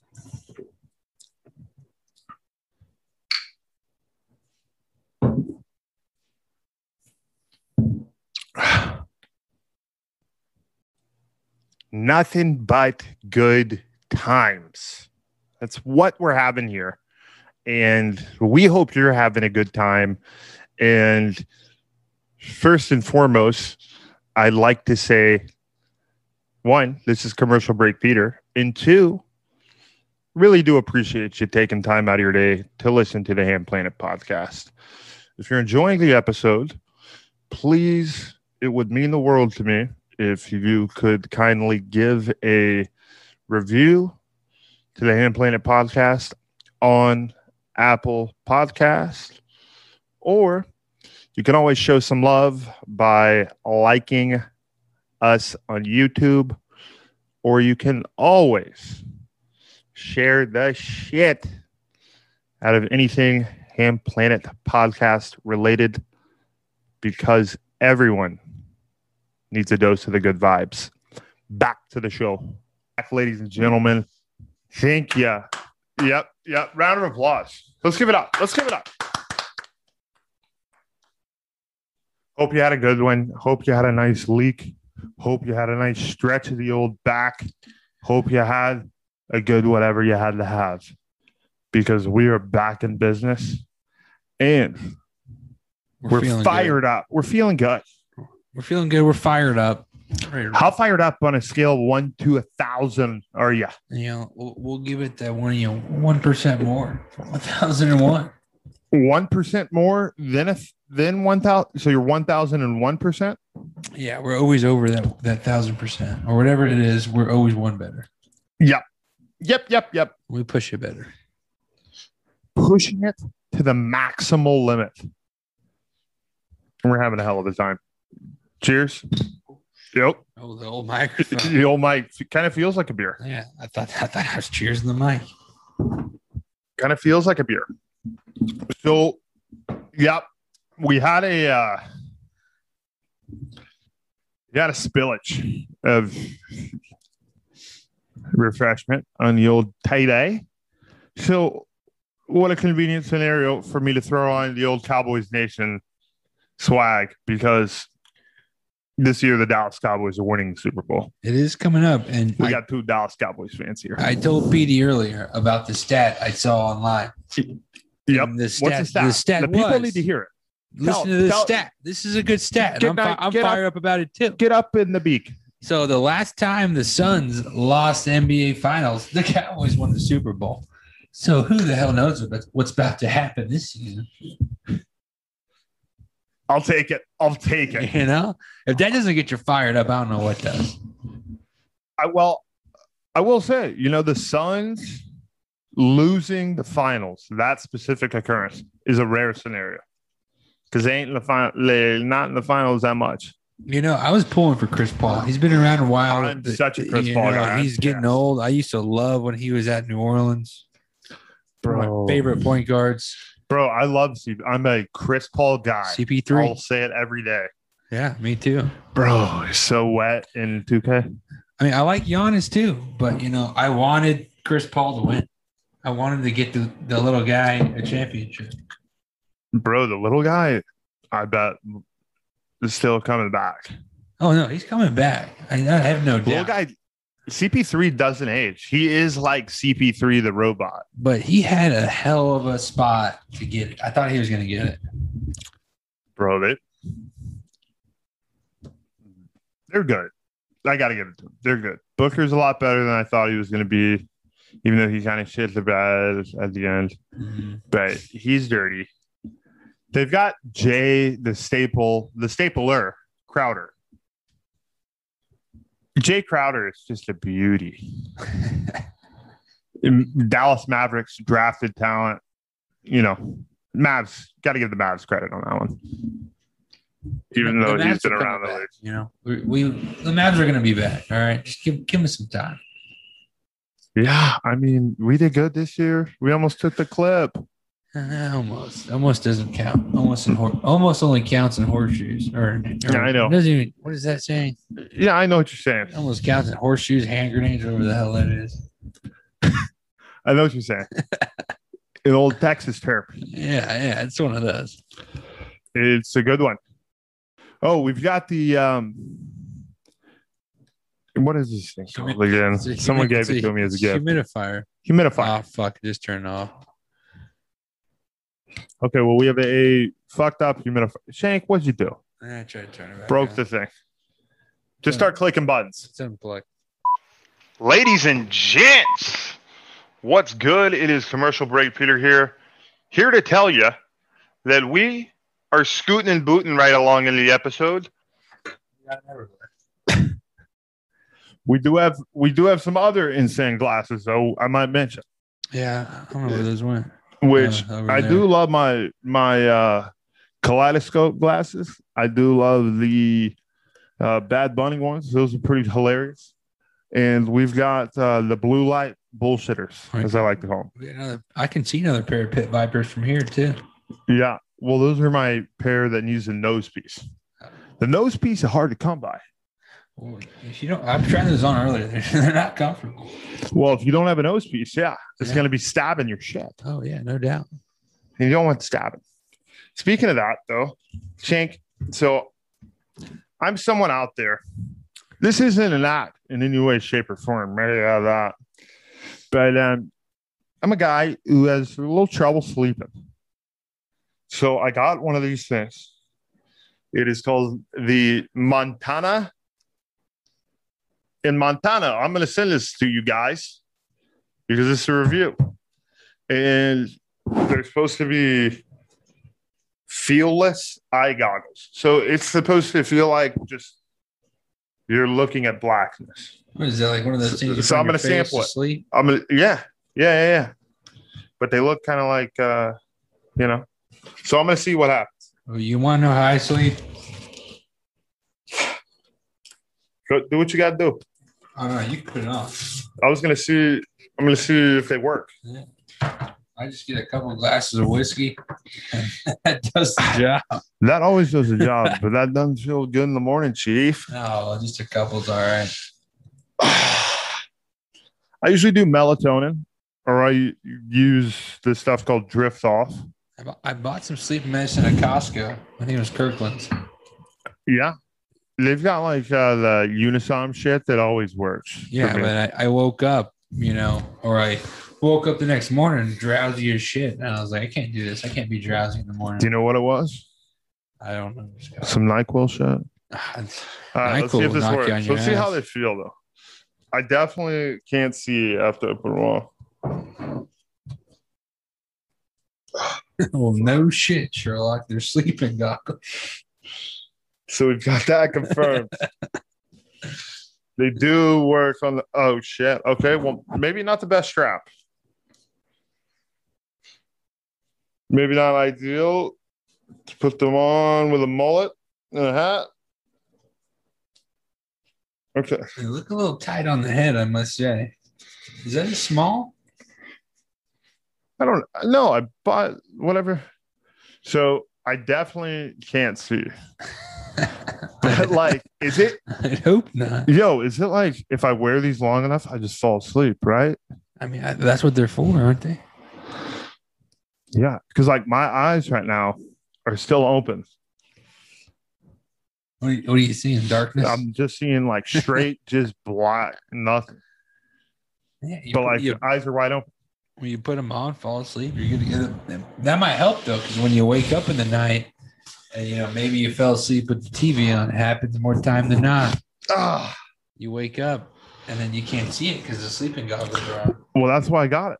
[SPEAKER 3] nothing but good times. That's what we're having here. And we hope you're having a good time. And first and foremost, I'd like to say one, this is commercial break Peter. And two, really do appreciate you taking time out of your day to listen to the Ham Planet podcast. If you're enjoying the episode, please, it would mean the world to me if you could kindly give a review to the Hand Planet podcast on Apple Podcast, or you can always show some love by liking us on YouTube, or you can always share the shit out of anything Ham Planet podcast related because everyone needs a dose of the good vibes. Back to the show. Back, ladies and gentlemen. Thank you. Yep. Yep. Round of applause. Let's give it up. Let's give it up. Hope you had a good one. Hope you had a nice leak. Hope you had a nice stretch of the old back. Hope you had a good whatever you had to have because we are back in business and we're,
[SPEAKER 2] feeling
[SPEAKER 3] fired up. We're feeling good.
[SPEAKER 2] Good. We're feeling good. We're fired up. Ready to-
[SPEAKER 3] How fired up on a scale of one to a thousand are you?
[SPEAKER 2] You know, we'll, we'll give it that one. You know, one percent more, one thousand and one.
[SPEAKER 3] One percent more than if than one thousand. So you're one thousand and one percent.
[SPEAKER 2] Yeah, we're always over that that thousand percent or whatever it is. We're always one better.
[SPEAKER 3] Yep, yep, yep.
[SPEAKER 2] We push it better.
[SPEAKER 3] Pushing it to the maximal limit. And we're having a hell of a time. Cheers. Yep.
[SPEAKER 2] Oh, the old
[SPEAKER 3] [LAUGHS]
[SPEAKER 2] microphone.
[SPEAKER 3] The old mic kind of feels like a beer.
[SPEAKER 2] yeah, I thought I thought I was cheers in the mic.
[SPEAKER 3] Kind of feels like a beer. So, yep. We had a uh, we had a spillage of refreshment on the old tight A. So, what a convenient scenario for me to throw on the old Cowboys Nation swag because this year the Dallas Cowboys are winning the Super Bowl.
[SPEAKER 2] It is coming up, and
[SPEAKER 3] We
[SPEAKER 2] I,
[SPEAKER 3] got two Dallas Cowboys fans here.
[SPEAKER 2] I told Petey earlier about the stat I saw online.
[SPEAKER 3] [LAUGHS] Yep.
[SPEAKER 2] And The stat,
[SPEAKER 3] What's the stat? the people
[SPEAKER 2] was-
[SPEAKER 3] need to hear it.
[SPEAKER 2] Listen
[SPEAKER 3] Tell-
[SPEAKER 2] to this
[SPEAKER 3] tell-
[SPEAKER 2] stat. This is a good stat. and
[SPEAKER 3] Get
[SPEAKER 2] I'm, fi-
[SPEAKER 3] up-
[SPEAKER 2] I'm
[SPEAKER 3] get up.
[SPEAKER 2] fired up about it too.
[SPEAKER 3] Get up in the beak.
[SPEAKER 2] So the last time the Suns lost the NBA Finals, the Cowboys won the Super Bowl. So who the hell knows what- what's about to happen this season?
[SPEAKER 3] I'll take it. I'll take it.
[SPEAKER 2] You know, if that doesn't get you fired up, I don't know what does.
[SPEAKER 3] I, well, I will say, you know, the Suns losing the finals, that specific occurrence is a rare scenario because they ain't in the final, they're not in the finals that much.
[SPEAKER 2] You know, I was pulling for Chris Paul. He's been around a while.
[SPEAKER 3] I'm such a Chris
[SPEAKER 2] You
[SPEAKER 3] Paul
[SPEAKER 2] know,
[SPEAKER 3] guy.
[SPEAKER 2] He's getting
[SPEAKER 3] Yeah.
[SPEAKER 2] old. I used to love when he was at New Orleans. One of
[SPEAKER 3] Bro.
[SPEAKER 2] My favorite point guards,
[SPEAKER 3] Bro, I love CP. I'm a Chris Paul guy.
[SPEAKER 2] CP3.
[SPEAKER 3] I'll say it every day.
[SPEAKER 2] Yeah, me too.
[SPEAKER 3] Bro, it's so wet in 2K.
[SPEAKER 2] I mean, I like Giannis too, but you know, I wanted Chris Paul to win. I wanted to get the, the little guy a championship.
[SPEAKER 3] Bro, the little guy, I bet, is still coming back.
[SPEAKER 2] Oh no, he's coming back. I, I have no
[SPEAKER 3] Little
[SPEAKER 2] doubt.
[SPEAKER 3] guy, CP3 doesn't age. He is like CP3 the robot.
[SPEAKER 2] But he had a hell of a spot to get it. I thought he was going to get it.
[SPEAKER 3] bro. They they're good. I gotta give it to them. They're good. Booker's a lot better than I thought he was gonna be, even though he kind of shit the bed at the end. But he's dirty. They've got Jay the staple, the stapler Crowder. Jay Crowder is just a beauty. [LAUGHS] In Dallas Mavericks drafted talent. You know, Mavs got to give the Mavs credit on that one. Even
[SPEAKER 2] The
[SPEAKER 3] though he's
[SPEAKER 2] Mavs
[SPEAKER 3] been
[SPEAKER 2] are coming
[SPEAKER 3] around the
[SPEAKER 2] back,
[SPEAKER 3] league,
[SPEAKER 2] you know, we, we the Mavs are going to be back. All right, just give give us some time.
[SPEAKER 3] yeah. I mean, we did good this year. We almost took the clip.
[SPEAKER 2] Uh, Almost, almost doesn't count. Almost in hor- almost only counts in horseshoes. Or, or
[SPEAKER 3] Yeah, I know.
[SPEAKER 2] Doesn't even. What is that saying?
[SPEAKER 3] Yeah, I know what you're saying.
[SPEAKER 2] Almost counts in horseshoes, hand grenades, whatever the hell that is.
[SPEAKER 3] I know what you're saying. An old Texas term.
[SPEAKER 2] Yeah, yeah, it's one of those.
[SPEAKER 3] It's a good one. Oh, we've got the um
[SPEAKER 8] What is this thing
[SPEAKER 2] Humi-
[SPEAKER 8] called again?
[SPEAKER 2] It's a
[SPEAKER 8] Someone
[SPEAKER 2] humi-
[SPEAKER 8] gave it
[SPEAKER 2] it's a
[SPEAKER 8] to me as a gift.
[SPEAKER 2] Humidifier.
[SPEAKER 8] Humidifier.
[SPEAKER 2] Oh fuck! Just turn it off.
[SPEAKER 8] Okay, well, we have a fucked up humidifier. Shank, what'd you do?
[SPEAKER 2] Eh, I tried to turn it back.
[SPEAKER 8] Broke
[SPEAKER 2] on.
[SPEAKER 8] the thing. Just start clicking buttons.
[SPEAKER 2] It's unplugged.
[SPEAKER 8] Ladies and gents, what's good? It is commercial break. Peter here, here to tell you that we are scooting and booting right along in the episode.
[SPEAKER 2] Got it everywhere.
[SPEAKER 8] We do have we do have some other insane glasses though. I might mention,
[SPEAKER 2] Yeah, I don't know where those went.
[SPEAKER 8] which
[SPEAKER 2] Uh, over
[SPEAKER 8] I
[SPEAKER 2] there.
[SPEAKER 8] do love my my uh, kaleidoscope glasses. I do love the uh, Bad Bunny ones. Those are pretty hilarious. And we've got uh, the blue light bullshitters, as I like to call them.
[SPEAKER 2] We got Another, I can see another pair of pit vipers from here too.
[SPEAKER 8] Yeah. Well, those are my pair that needs a nose piece. The nose piece is hard to come by.
[SPEAKER 2] Ooh, If you don't, I've tried those on earlier. [LAUGHS] They're, they're not comfortable.
[SPEAKER 8] Well, if you don't have a nose piece, yeah, it's
[SPEAKER 2] Yeah.
[SPEAKER 8] going to be stabbing your shit.
[SPEAKER 2] Oh yeah, no doubt.
[SPEAKER 8] And you don't want stabbing. Speaking of that, though, Shank, so I'm someone out there. This isn't an act in any way, shape, or form, right? out of that. But um, I'm a guy who has a little trouble sleeping. So I got one of these things. It is called the Montana. In Montana, I'm going to send this to you guys because it's a review. And they're supposed to be feelless eye goggles. So it's supposed to feel like just you're looking at blackness.
[SPEAKER 2] What is that like? One of those
[SPEAKER 8] So-
[SPEAKER 2] things. you
[SPEAKER 8] so I'm
[SPEAKER 2] put on your
[SPEAKER 8] gonna
[SPEAKER 2] face
[SPEAKER 8] sample
[SPEAKER 2] to
[SPEAKER 8] it.
[SPEAKER 2] Sleep.
[SPEAKER 8] I'm gonna, yeah, yeah, yeah, yeah. But they look kind of like, uh, you know. So I'm gonna see what happens.
[SPEAKER 2] Oh, you want to know how I sleep?
[SPEAKER 8] Go do what you gotta do.
[SPEAKER 2] Oh no, you can put it off.
[SPEAKER 8] I was gonna see. I'm gonna see if they work.
[SPEAKER 2] I just get a couple glasses of whiskey. [LAUGHS] and that
[SPEAKER 8] [LAUGHS]
[SPEAKER 2] does the job.
[SPEAKER 8] That always does the job, but that doesn't feel good in the morning, Chief.
[SPEAKER 2] No, Oh, just a couple's all right.
[SPEAKER 8] I usually do melatonin, or I use this stuff called Drift Off.
[SPEAKER 2] I bu- I bought some sleep medicine at Costco. I think it was Kirkland's.
[SPEAKER 8] Yeah. They've got like uh, the Unisom shit that always works. for
[SPEAKER 2] Yeah,
[SPEAKER 8] me.
[SPEAKER 2] but I, I woke up, you know, or I woke up the next morning drowsy as shit. And I was like, I can't do this. I can't be drowsy in the morning.
[SPEAKER 8] do you know what it was?
[SPEAKER 2] I don't know. [SIGHS] Scott.
[SPEAKER 8] Some NyQuil shit. All
[SPEAKER 2] Ah, it's-
[SPEAKER 8] right, let's see
[SPEAKER 2] NyQuil
[SPEAKER 8] if this
[SPEAKER 2] knock you
[SPEAKER 8] works.
[SPEAKER 2] on
[SPEAKER 8] Let's
[SPEAKER 2] your
[SPEAKER 8] see how
[SPEAKER 2] ass.
[SPEAKER 8] they feel though. I definitely can't see after I put them on.
[SPEAKER 2] well, no shit, Sherlock. They're sleeping goggles.
[SPEAKER 8] So we've got [LAUGHS] that
[SPEAKER 2] [LAUGHS]
[SPEAKER 8] confirmed. they do work on the oh shit. Okay, well maybe not the best strap. Maybe not ideal to put them on with a mullet and a hat. Okay.
[SPEAKER 2] They look a little tight on the head, I must say. Is that a small? [LAUGHS]
[SPEAKER 8] I don't know. I bought whatever. So I definitely can't see. But like, is it
[SPEAKER 2] I'd hope not.
[SPEAKER 8] yo, is it like if I wear these long enough, I just fall asleep, right?
[SPEAKER 2] I mean, I, that's what they're for, aren't they?
[SPEAKER 8] Yeah, because like my eyes right now are still open.
[SPEAKER 2] What do you, what do you see in darkness?
[SPEAKER 8] I'm just seeing like straight, [LAUGHS] just black, nothing.
[SPEAKER 2] yeah, you,
[SPEAKER 8] But
[SPEAKER 2] put-
[SPEAKER 8] like
[SPEAKER 2] you,
[SPEAKER 8] eyes are wide open.
[SPEAKER 2] when you put them on, fall asleep, you're gonna get them. That might help though, because when you wake up in the night, and you know maybe you fell asleep with the TV on, it happens more time than not.
[SPEAKER 8] Ah,
[SPEAKER 2] You wake up and then you can't see it because the sleeping goggles are on.
[SPEAKER 8] well, that's why I got it.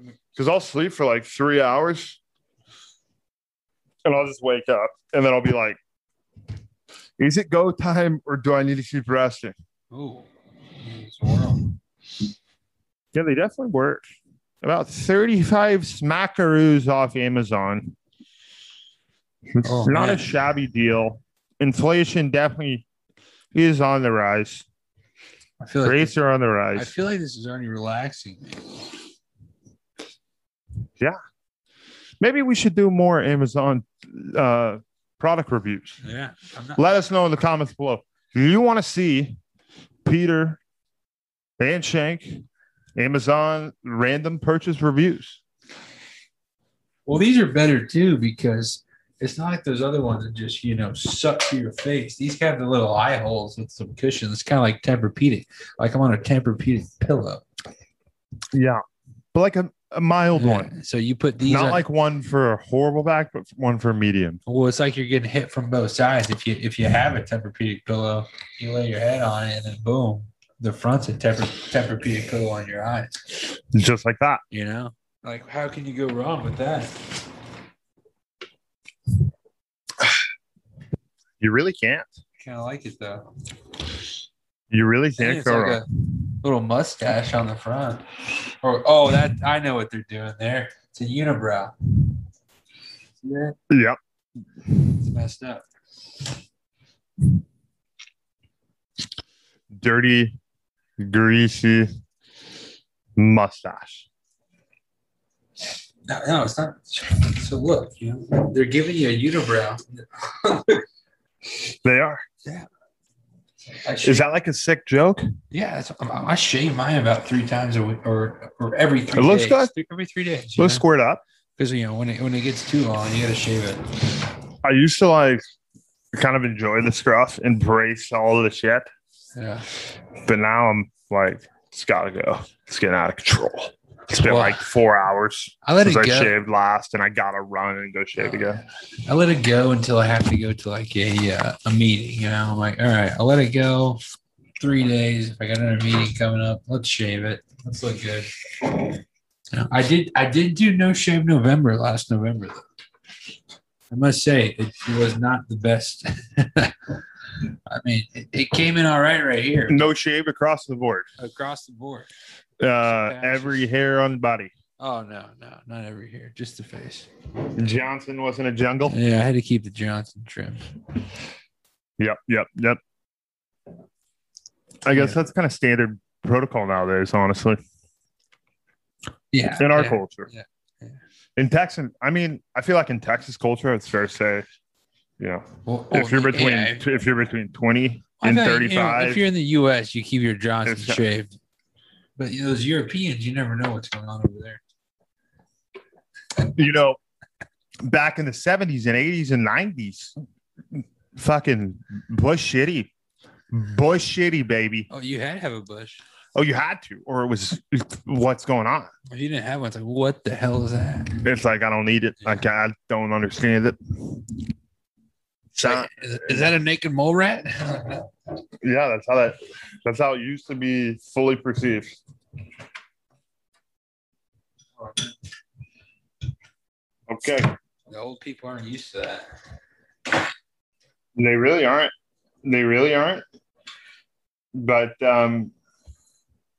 [SPEAKER 8] Because Mm-hmm. I'll sleep for like three hours, and I'll just wake up, and then I'll be like, "Is it go time, or do I need to keep resting?"
[SPEAKER 2] Ooh, it's horrible.
[SPEAKER 8] Yeah, they definitely work. About 35 smackaroos off Amazon. It's
[SPEAKER 2] Oh,
[SPEAKER 8] not
[SPEAKER 2] man.
[SPEAKER 8] a shabby deal. Inflation definitely is on the rise.
[SPEAKER 2] I feel like
[SPEAKER 8] Rates are on the
[SPEAKER 2] I
[SPEAKER 8] rise.
[SPEAKER 2] feel like this is already relaxing.
[SPEAKER 8] Maybe we should do more Amazon uh, product reviews.
[SPEAKER 2] Yeah, I'm not.
[SPEAKER 8] Let us know in the comments below. Do you want to see Peter and Shank Amazon random purchase reviews?
[SPEAKER 2] Well, these are better too because It's not like those other ones that just you know suck to your face. These have the little eye holes with some cushions. It's kind of like Tempur-Pedic. Like I'm on a Tempur-Pedic pillow.
[SPEAKER 8] Yeah, but like a, a mild one,
[SPEAKER 2] Yeah. So you put these.
[SPEAKER 8] Oh, not
[SPEAKER 2] on-
[SPEAKER 8] like one for a horrible back, but one for medium.
[SPEAKER 2] Well, it's like you're getting hit from both sides. If you if you have a Tempur-Pedic pillow, you lay your head on it, and then boom, the front's a Tempur Tempur-Pedic pillow on your eyes.
[SPEAKER 8] Just like that.
[SPEAKER 2] You know, like how can you go wrong with that?
[SPEAKER 8] You really can't.
[SPEAKER 2] Kind of like it though.
[SPEAKER 8] You really
[SPEAKER 2] And
[SPEAKER 8] can't
[SPEAKER 2] it's
[SPEAKER 8] go
[SPEAKER 2] like
[SPEAKER 8] wrong.
[SPEAKER 2] a little mustache on the front. Or oh, that I know what they're doing there. It's a unibrow. Yeah,
[SPEAKER 8] Yep.
[SPEAKER 2] it's messed up.
[SPEAKER 8] Dirty, greasy mustache.
[SPEAKER 2] No, no, it's not. So look, you know, they're giving you a unibrow.
[SPEAKER 8] They are.
[SPEAKER 2] I
[SPEAKER 8] Is that like a sick joke?
[SPEAKER 2] Yeah, that's, I, I shave mine about three times a week, or or every three.
[SPEAKER 8] It looks
[SPEAKER 2] days.
[SPEAKER 8] good.
[SPEAKER 2] Every three days.
[SPEAKER 8] Let's squirt up.
[SPEAKER 2] Because you know when it when it gets too long, you got to shave it.
[SPEAKER 8] I used to like kind of enjoy the scruff, embrace all of the shit,
[SPEAKER 2] Yeah.
[SPEAKER 8] but now I'm like, it's gotta go. It's getting out of control. It's been
[SPEAKER 2] Well,
[SPEAKER 8] like four hours
[SPEAKER 2] I let it
[SPEAKER 8] since I
[SPEAKER 2] go.
[SPEAKER 8] shaved last, and I gotta run and go shave again.
[SPEAKER 2] I let it go until I have to go to like a uh, a meeting. You know, I'm like, all right, I'll let it go three days. If I got another meeting coming up, let's shave it. Let's look good. You know, I did I did do no shave November last November though. I must say it was not the best. [LAUGHS] I mean, it, it came in all right right here
[SPEAKER 8] No shave across the board.
[SPEAKER 2] across the board.
[SPEAKER 8] Uh, every hair on body.
[SPEAKER 2] Oh no, no, not every here, just the face.
[SPEAKER 8] Johnson wasn't a jungle.
[SPEAKER 2] Yeah, I had to keep the Johnson trim.
[SPEAKER 8] Yep, yep, yep. I guess
[SPEAKER 2] Yeah.
[SPEAKER 8] that's kind of standard protocol nowadays, honestly,
[SPEAKER 2] Yeah,
[SPEAKER 8] in our
[SPEAKER 2] yeah.
[SPEAKER 8] culture.
[SPEAKER 2] yeah, yeah.
[SPEAKER 8] In Texas, I mean, I feel like in Texas culture, it's fair to say, you know,
[SPEAKER 2] Well,
[SPEAKER 8] if you're
[SPEAKER 2] well,
[SPEAKER 8] between
[SPEAKER 2] Oh, yeah, if-
[SPEAKER 8] if you're between twenty
[SPEAKER 2] I
[SPEAKER 8] and
[SPEAKER 2] bet, you know,
[SPEAKER 8] thirty five,
[SPEAKER 2] if you're in the U.S., you keep your Johnson
[SPEAKER 8] It's-
[SPEAKER 2] shaved. But you know, those Europeans, you never know what's going on over there.
[SPEAKER 8] you know, back in the seventies and eighties and nineties, fucking bush shitty, bush shitty, baby.
[SPEAKER 2] Oh, you had to have a bush.
[SPEAKER 8] Oh, you had to, or it was what's going on.
[SPEAKER 2] If you didn't have one, it's like, what the hell is that?
[SPEAKER 8] It's like I don't need it. Like I don't understand it.
[SPEAKER 2] It's like, is, is that a naked mole rat? [LAUGHS]
[SPEAKER 8] Yeah, that's how that. That's how it used to be fully perceived. Okay,
[SPEAKER 2] the old people aren't used to that.
[SPEAKER 8] they really aren't. They really aren't. But um,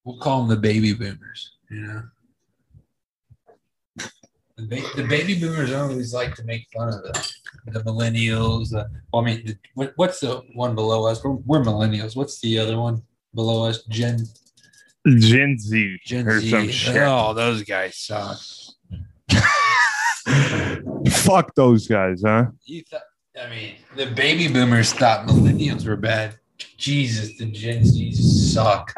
[SPEAKER 2] We'll call them the baby boomers. You know, the, ba- the baby boomers always like to make fun of the the millennials. The, well, I mean, the, what, what's the one below us? We're, we're millennials. What's the other one below us? Gen
[SPEAKER 8] Gen Z
[SPEAKER 2] Gen
[SPEAKER 8] or
[SPEAKER 2] Z.
[SPEAKER 8] some shit.
[SPEAKER 2] Oh, those guys suck.
[SPEAKER 8] Fuck those guys, huh?
[SPEAKER 2] You thought? I mean, the baby boomers thought millennials were bad. Jesus, the Gen Zs suck.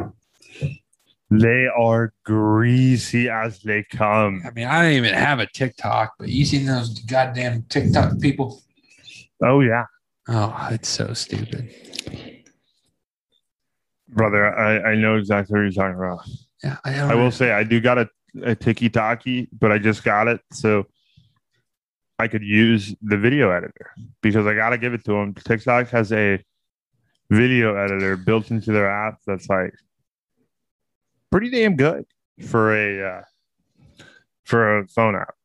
[SPEAKER 8] They are greasy as they come.
[SPEAKER 2] I mean, I don't even have a TikTok, but you seen those goddamn TikTok people?
[SPEAKER 8] Oh yeah,
[SPEAKER 2] Oh, it's so stupid.
[SPEAKER 8] brother. I, I know exactly what you're talking about.
[SPEAKER 2] Yeah, I, don't
[SPEAKER 8] I will say I do got a, a tiki taki, but I just got it so I could use the video editor because I got to give it to them. TikTok has a video editor built into their app that's like pretty damn good for a uh, for a phone app.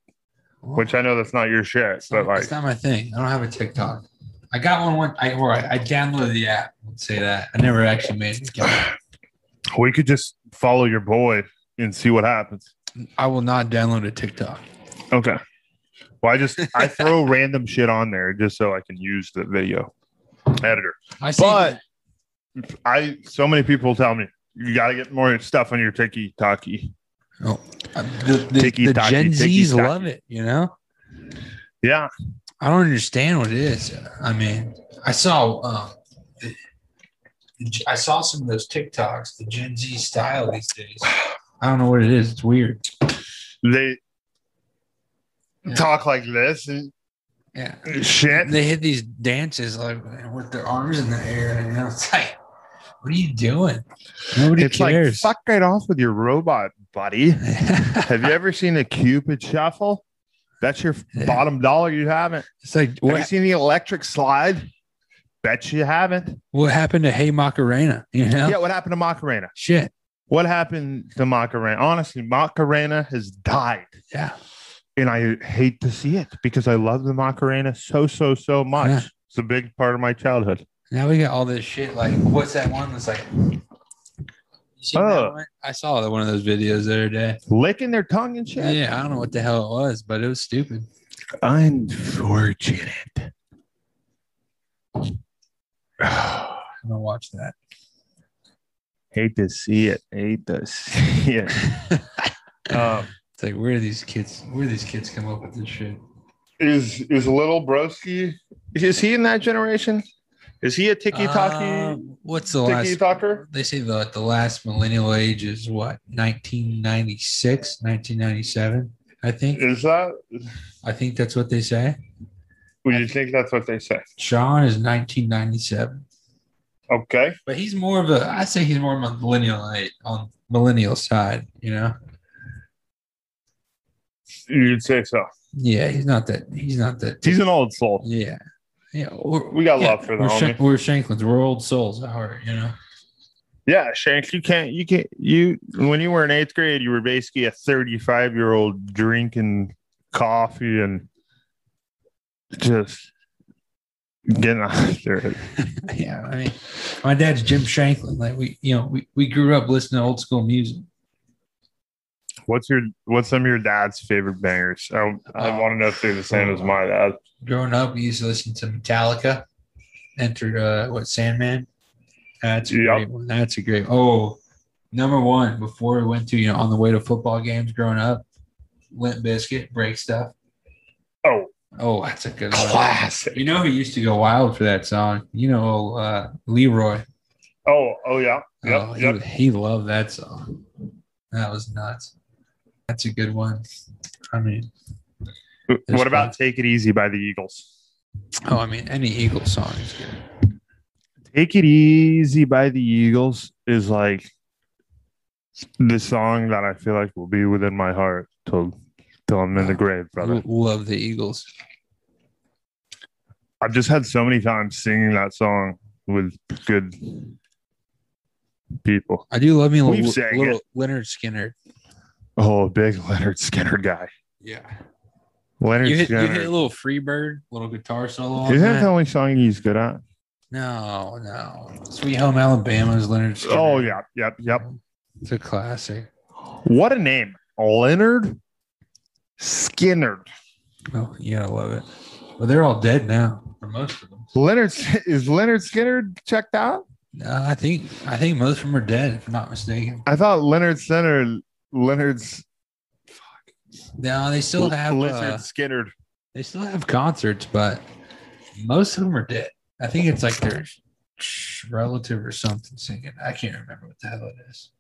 [SPEAKER 8] Which I know that's not your shit,
[SPEAKER 2] it's
[SPEAKER 8] but
[SPEAKER 2] not,
[SPEAKER 8] like
[SPEAKER 2] it's not my thing. I don't have a TikTok. I got one one. I or I, I downloaded the app. Let's say that I never actually made
[SPEAKER 8] [LAUGHS]
[SPEAKER 2] an account.
[SPEAKER 8] we could just follow your boy and see what happens.
[SPEAKER 2] I will not download a TikTok.
[SPEAKER 8] Okay. Well, I just I throw [LAUGHS] random shit on there just so I can use the video editor.
[SPEAKER 2] I see.
[SPEAKER 8] But I so many people tell me you got to get more stuff on your tiki taki.
[SPEAKER 2] oh, uh, the, the,
[SPEAKER 8] Tiki
[SPEAKER 2] the
[SPEAKER 8] taki,
[SPEAKER 2] Gen
[SPEAKER 8] tiki
[SPEAKER 2] Zs
[SPEAKER 8] taki.
[SPEAKER 2] love it. You know.
[SPEAKER 8] Yeah,
[SPEAKER 2] I don't understand what it is. I mean, I saw um, the- I saw some of those TikToks, the Gen Z style these days. I don't know what it is. It's weird.
[SPEAKER 8] they
[SPEAKER 2] Yeah.
[SPEAKER 8] talk like this and
[SPEAKER 2] Yeah.
[SPEAKER 8] Shit.
[SPEAKER 2] They hit these dances like with their arms in the air, and I was like, "What are you doing? Nobody
[SPEAKER 8] It's
[SPEAKER 2] cares." [LAUGHS]
[SPEAKER 8] like fuck right off with your robot, buddy. Have you ever seen a cupid shuffle? That's your bottom dollar. You haven't.
[SPEAKER 2] it's like
[SPEAKER 8] Have you
[SPEAKER 2] what,
[SPEAKER 8] seen the electric slide? Bet you haven't.
[SPEAKER 2] what happened to Hey Macarena? You know,
[SPEAKER 8] Yeah. What happened to Macarena?
[SPEAKER 2] shit.
[SPEAKER 8] What happened to Macarena? Honestly, Macarena has died,
[SPEAKER 2] Yeah,
[SPEAKER 8] and I hate to see it because I love the Macarena so so so much.
[SPEAKER 2] Yeah.
[SPEAKER 8] It's a big part of my childhood.
[SPEAKER 2] now we got all this shit. Like, what's that one that's like? You seen
[SPEAKER 8] Oh.
[SPEAKER 2] that one? I saw that one of those videos the other day.
[SPEAKER 8] Licking their tongue and shit.
[SPEAKER 2] Yeah, I don't know what the hell it was, but it was stupid.
[SPEAKER 3] Unfortunate.
[SPEAKER 2] I'm gonna watch that.
[SPEAKER 8] Hate to see it. Hate to see it. um,
[SPEAKER 2] It's like where do these kids? Where do these kids come up with this shit?
[SPEAKER 8] is is little broski is he in that generation is he a tiki
[SPEAKER 2] Uh,
[SPEAKER 8] taki
[SPEAKER 2] what's the
[SPEAKER 8] tiki
[SPEAKER 2] last?
[SPEAKER 8] talker
[SPEAKER 2] They say the the last millennial age is what 1996, 1997. I think
[SPEAKER 8] is that
[SPEAKER 2] I think that's what they say.
[SPEAKER 8] would you think that's what they say
[SPEAKER 2] Sean is 1997,
[SPEAKER 8] okay
[SPEAKER 2] but he's more of a I say he's more of a millennial age, on millennial side. You know,
[SPEAKER 8] you'd say so
[SPEAKER 2] yeah, he's not that. He's not that.
[SPEAKER 8] he's an old soul
[SPEAKER 2] Yeah, yeah. we're-
[SPEAKER 8] We got
[SPEAKER 2] yeah,
[SPEAKER 8] love for the
[SPEAKER 2] we're,
[SPEAKER 8] homie.
[SPEAKER 2] we're Shanklin's. We're old souls at heart. You know. [LAUGHS]
[SPEAKER 8] yeah shanks you can't you can't you when you were in eighth grade you were basically a 35 year old drinking coffee and just getting after it
[SPEAKER 2] Yeah, I mean, my dad's Jim Shanklin. Like we, you know, we, we grew up listening to old school music.
[SPEAKER 8] what's your what's some of your dad's favorite bangers i, I want to know if they're the same as my dad
[SPEAKER 2] Growing up, we used to listen to Metallica. Enter uh, what Sandman. That's a
[SPEAKER 8] Yep.
[SPEAKER 2] great one. That's a great. Oh, number one. Before we went to you know on the way to football games growing up, Limp Biscuit, Break Stuff.
[SPEAKER 8] [LAUGHS] oh
[SPEAKER 2] Oh, that's a good one.
[SPEAKER 8] classic
[SPEAKER 2] You know who used to go wild for that song? You know uh, Leroy.
[SPEAKER 8] Oh, oh yeah. Yep,
[SPEAKER 2] oh,
[SPEAKER 8] yep.
[SPEAKER 2] He, he loved that song. That was nuts. That's a good one. I mean, there's
[SPEAKER 8] What about Take It Easy by the Eagles?
[SPEAKER 2] oh, I mean, any Eagle song is good.
[SPEAKER 8] Take It Easy by the Eagles is like the song that I feel like will be within my heart till till I'm in the grave, brother.
[SPEAKER 2] Lo- Love the Eagles.
[SPEAKER 8] I've just had so many times singing that song with good people.
[SPEAKER 2] I do love me a
[SPEAKER 8] We've
[SPEAKER 2] little,
[SPEAKER 8] sang
[SPEAKER 2] little Leonard Skinner.
[SPEAKER 8] Oh, big Leonard Skinner guy.
[SPEAKER 2] Yeah,
[SPEAKER 8] Leonard
[SPEAKER 2] you hit, you
[SPEAKER 8] Skinner.
[SPEAKER 2] hit a little Freebird, little guitar solo. on
[SPEAKER 8] Isn't that
[SPEAKER 2] that.
[SPEAKER 8] the only song he's good at?
[SPEAKER 2] No, no. Sweet Home Alabama is Leonard Skinner.
[SPEAKER 8] Oh yeah, yep, yep.
[SPEAKER 2] it's a classic.
[SPEAKER 8] What a name. Leonard Skinner.
[SPEAKER 2] Oh yeah, I love it. But they're all dead now, for most of them.
[SPEAKER 8] Leonard is Leonard Skinner checked out?
[SPEAKER 2] Uh, I think I think most of them are dead, if I'm not mistaken.
[SPEAKER 8] I thought Leonard Skinner, Leonard's
[SPEAKER 2] No, they still have uh,
[SPEAKER 8] Lizard Skinner.
[SPEAKER 2] they still have concerts, but most of them are dead. I think it's like their relative or something singing. I can't remember what the hell it is.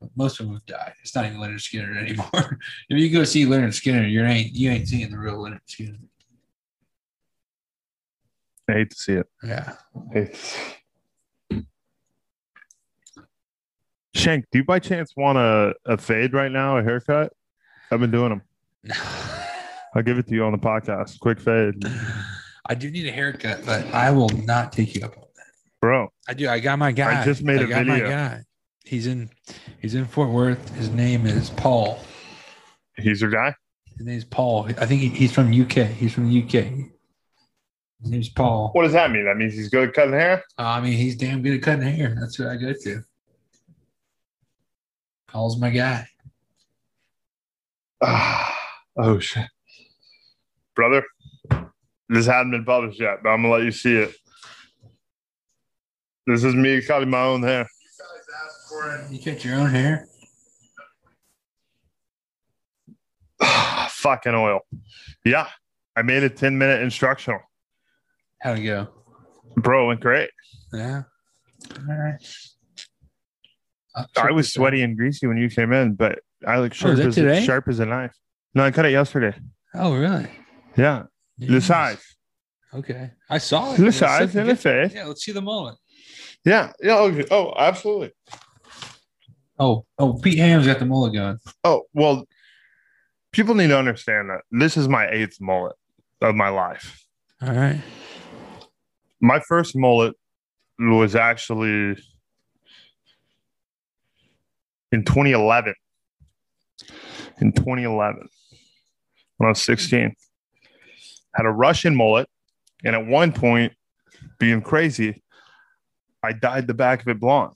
[SPEAKER 2] But most of them have died. It's not even Leonard Skinner [LAUGHS] anymore. if you go see Leonard Skinner, you ain't you ain't seeing the real Leonard Skinner.
[SPEAKER 8] I hate to see it.
[SPEAKER 2] Yeah.
[SPEAKER 8] Shank, do you by chance want a, a fade right now, a haircut? I've been doing them. I'll give it to you on the podcast. Quick fade.
[SPEAKER 2] [LAUGHS] I do need a haircut, but I will not take you up on that.
[SPEAKER 8] Bro,
[SPEAKER 2] I do. I got my guy.
[SPEAKER 8] just made
[SPEAKER 2] a
[SPEAKER 8] a video.
[SPEAKER 2] guy. He's in he's in Fort Worth. His name is Paul.
[SPEAKER 8] he's your guy?
[SPEAKER 2] His name's Paul. I think he, he's from UK. He's from the UK. His name's Paul. Uh,
[SPEAKER 8] What does that mean? That means he's good at cutting hair?
[SPEAKER 2] I mean, he's damn good at cutting hair. That's what I go to. Paul's my guy.
[SPEAKER 8] oh, shit. Brother, this hadn't been published yet, but I'm going to let you see it. This is me cutting my own hair.
[SPEAKER 2] You cut your own hair?
[SPEAKER 8] Ah, fucking oil. Yeah. I made a 10 minute instructional.
[SPEAKER 2] How'd it go?
[SPEAKER 8] Bro, it went great.
[SPEAKER 2] Yeah. All right. I'll
[SPEAKER 8] I
[SPEAKER 2] check
[SPEAKER 8] was
[SPEAKER 2] this out.
[SPEAKER 8] sweaty and greasy when you came in, but I look sharp,
[SPEAKER 2] that
[SPEAKER 8] as,
[SPEAKER 2] today?
[SPEAKER 8] sharp as a knife. No, I cut it yesterday.
[SPEAKER 2] Oh, really?
[SPEAKER 8] Yeah. the size,
[SPEAKER 2] Okay. I saw it.
[SPEAKER 8] the
[SPEAKER 2] Let's
[SPEAKER 8] size,
[SPEAKER 2] see-
[SPEAKER 8] and the face.
[SPEAKER 2] Yeah, let's see the mullet.
[SPEAKER 8] Yeah, yeah. okay. Oh, absolutely.
[SPEAKER 2] Oh, oh, Pete Ham's got the mullet going.
[SPEAKER 8] Oh well, people need to understand that this is my eighth mullet of my life.
[SPEAKER 2] All right.
[SPEAKER 8] my first mullet was actually in 2011. In 2011, when I was 16, had a Russian mullet, and at one point, being crazy, I dyed the back of it blonde.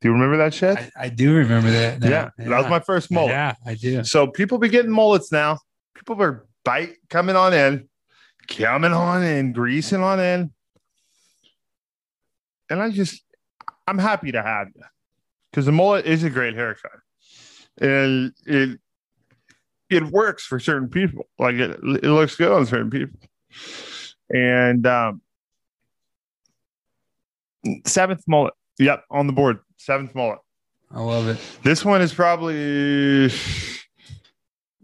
[SPEAKER 8] Do you remember that shit?
[SPEAKER 2] I, I do remember that. now.
[SPEAKER 8] yeah, that was my first mullet.
[SPEAKER 2] Yeah, I do.
[SPEAKER 8] So people be getting mullets now. People are bite coming on in, coming on in, greasing on in. And I just, I'm happy to have you because the mullet is a great haircut, and it it works for certain people. Like it, it looks good on certain people. And um, seventh mullet, yep, on the board. Seventh mullet.
[SPEAKER 2] I love it.
[SPEAKER 8] This one is probably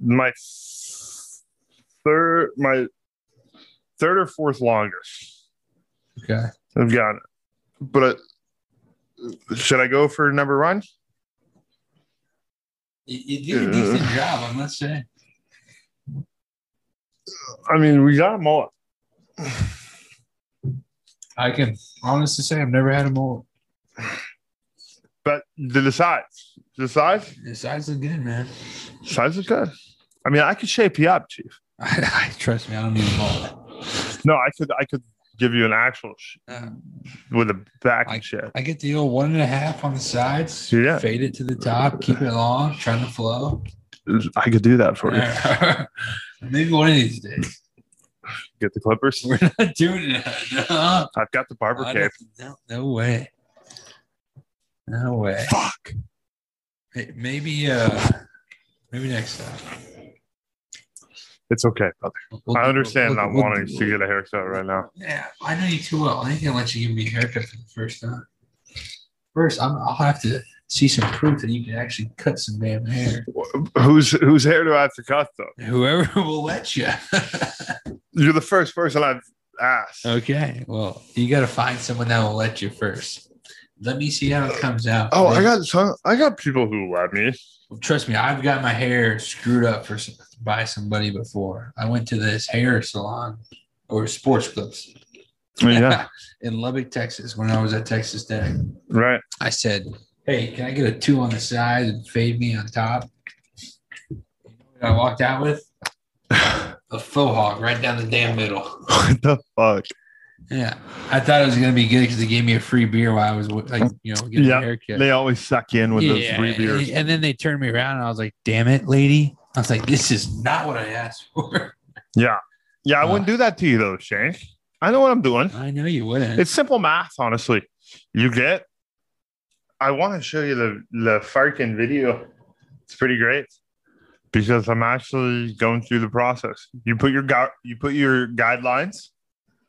[SPEAKER 8] my third, my third or fourth longest.
[SPEAKER 2] Okay.
[SPEAKER 8] I've got, but uh, should I go for number one?
[SPEAKER 2] You, you did a decent job, I must say.
[SPEAKER 8] I mean, we got them all.
[SPEAKER 2] I can honestly say I've never had a mullet.
[SPEAKER 8] But the the size, the size,
[SPEAKER 2] The size is good, man.
[SPEAKER 8] size is good. I mean, I could shape you up, chief.
[SPEAKER 2] [LAUGHS] I, trust me, I don't need a mullet.
[SPEAKER 8] No, I could, I could give you an actual sh-
[SPEAKER 2] Uh,
[SPEAKER 8] with a back and shit.
[SPEAKER 2] I get the old one and a half on the sides.
[SPEAKER 8] Yeah.
[SPEAKER 2] Fade it to the top. Keep it long. Trying to flow.
[SPEAKER 8] I could do that for you.
[SPEAKER 2] [LAUGHS] Maybe one of these days.
[SPEAKER 8] Get the clippers.
[SPEAKER 2] We're not doing that. [LAUGHS] No,
[SPEAKER 8] I've got the barber
[SPEAKER 2] I
[SPEAKER 8] cape.
[SPEAKER 2] don't- no, no way. No way.
[SPEAKER 8] Fuck.
[SPEAKER 2] Hey, Maybe uh maybe next time.
[SPEAKER 8] It's okay, brother.
[SPEAKER 2] We'll-
[SPEAKER 8] I understand
[SPEAKER 2] we'll-
[SPEAKER 8] not
[SPEAKER 2] we'll-
[SPEAKER 8] wanting to get a haircut right now.
[SPEAKER 2] Yeah, I know you too well. I ain't gonna let you give me a haircut for the first time. First, I'm, I'll have to see some proof that you can actually cut some damn hair.
[SPEAKER 8] Who's whose hair do I have to cut though?
[SPEAKER 2] Whoever [LAUGHS] will let you.
[SPEAKER 8] You're the first person I've asked.
[SPEAKER 2] okay, well, you got to find someone that will let you first. Let me see how it comes out.
[SPEAKER 8] Oh, I got some. I got people who love me.
[SPEAKER 2] Trust me, I've got my hair screwed up for some- by somebody before. I went to this hair salon or sports clips
[SPEAKER 8] [SIGHS]
[SPEAKER 2] [LAUGHS] in Lubbock, Texas, when I was at Texas Tech.
[SPEAKER 8] right.
[SPEAKER 2] I said, "Hey, can I get a two on the side and fade me on top?" And I walked out
[SPEAKER 8] [SIGHS]
[SPEAKER 2] with a faux hawk right down the damn middle.
[SPEAKER 8] What the fuck?
[SPEAKER 2] Yeah, I thought it was gonna be good because they gave me a free beer while I was like, you know, getting
[SPEAKER 8] Yeah,
[SPEAKER 2] a haircut.
[SPEAKER 8] They always suck you in with those three beers.
[SPEAKER 2] And then they turned me around, and I was like, "Damn it, lady!" I was like, "This is not what I asked for."
[SPEAKER 8] Yeah, yeah. I
[SPEAKER 2] Uh.
[SPEAKER 8] wouldn't do that to you though, Shane. I know what I'm doing.
[SPEAKER 2] [LAUGHS] I know you wouldn't.
[SPEAKER 8] It's simple math, honestly. You get. I want to show you the the Farkin video. It's pretty great because I'm actually going through the process. You put your gu- you put your guidelines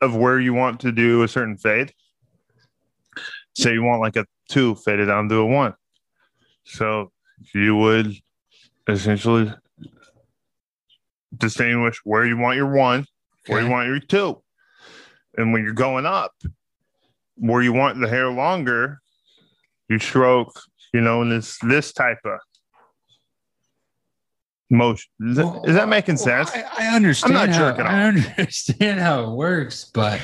[SPEAKER 8] of where you want to do a certain fade. Say you want like a two faded down to a one, so you would essentially distinguish where you want your one, where you
[SPEAKER 2] Okay.
[SPEAKER 8] want your two, and when you're going up, where you want the hair longer, you stroke, you know, in this this type of motion. Is, that- is that making
[SPEAKER 2] Well,
[SPEAKER 8] sense?
[SPEAKER 2] I, I understand.
[SPEAKER 8] I'm not
[SPEAKER 2] how,
[SPEAKER 8] jerking
[SPEAKER 2] I understand how it works, but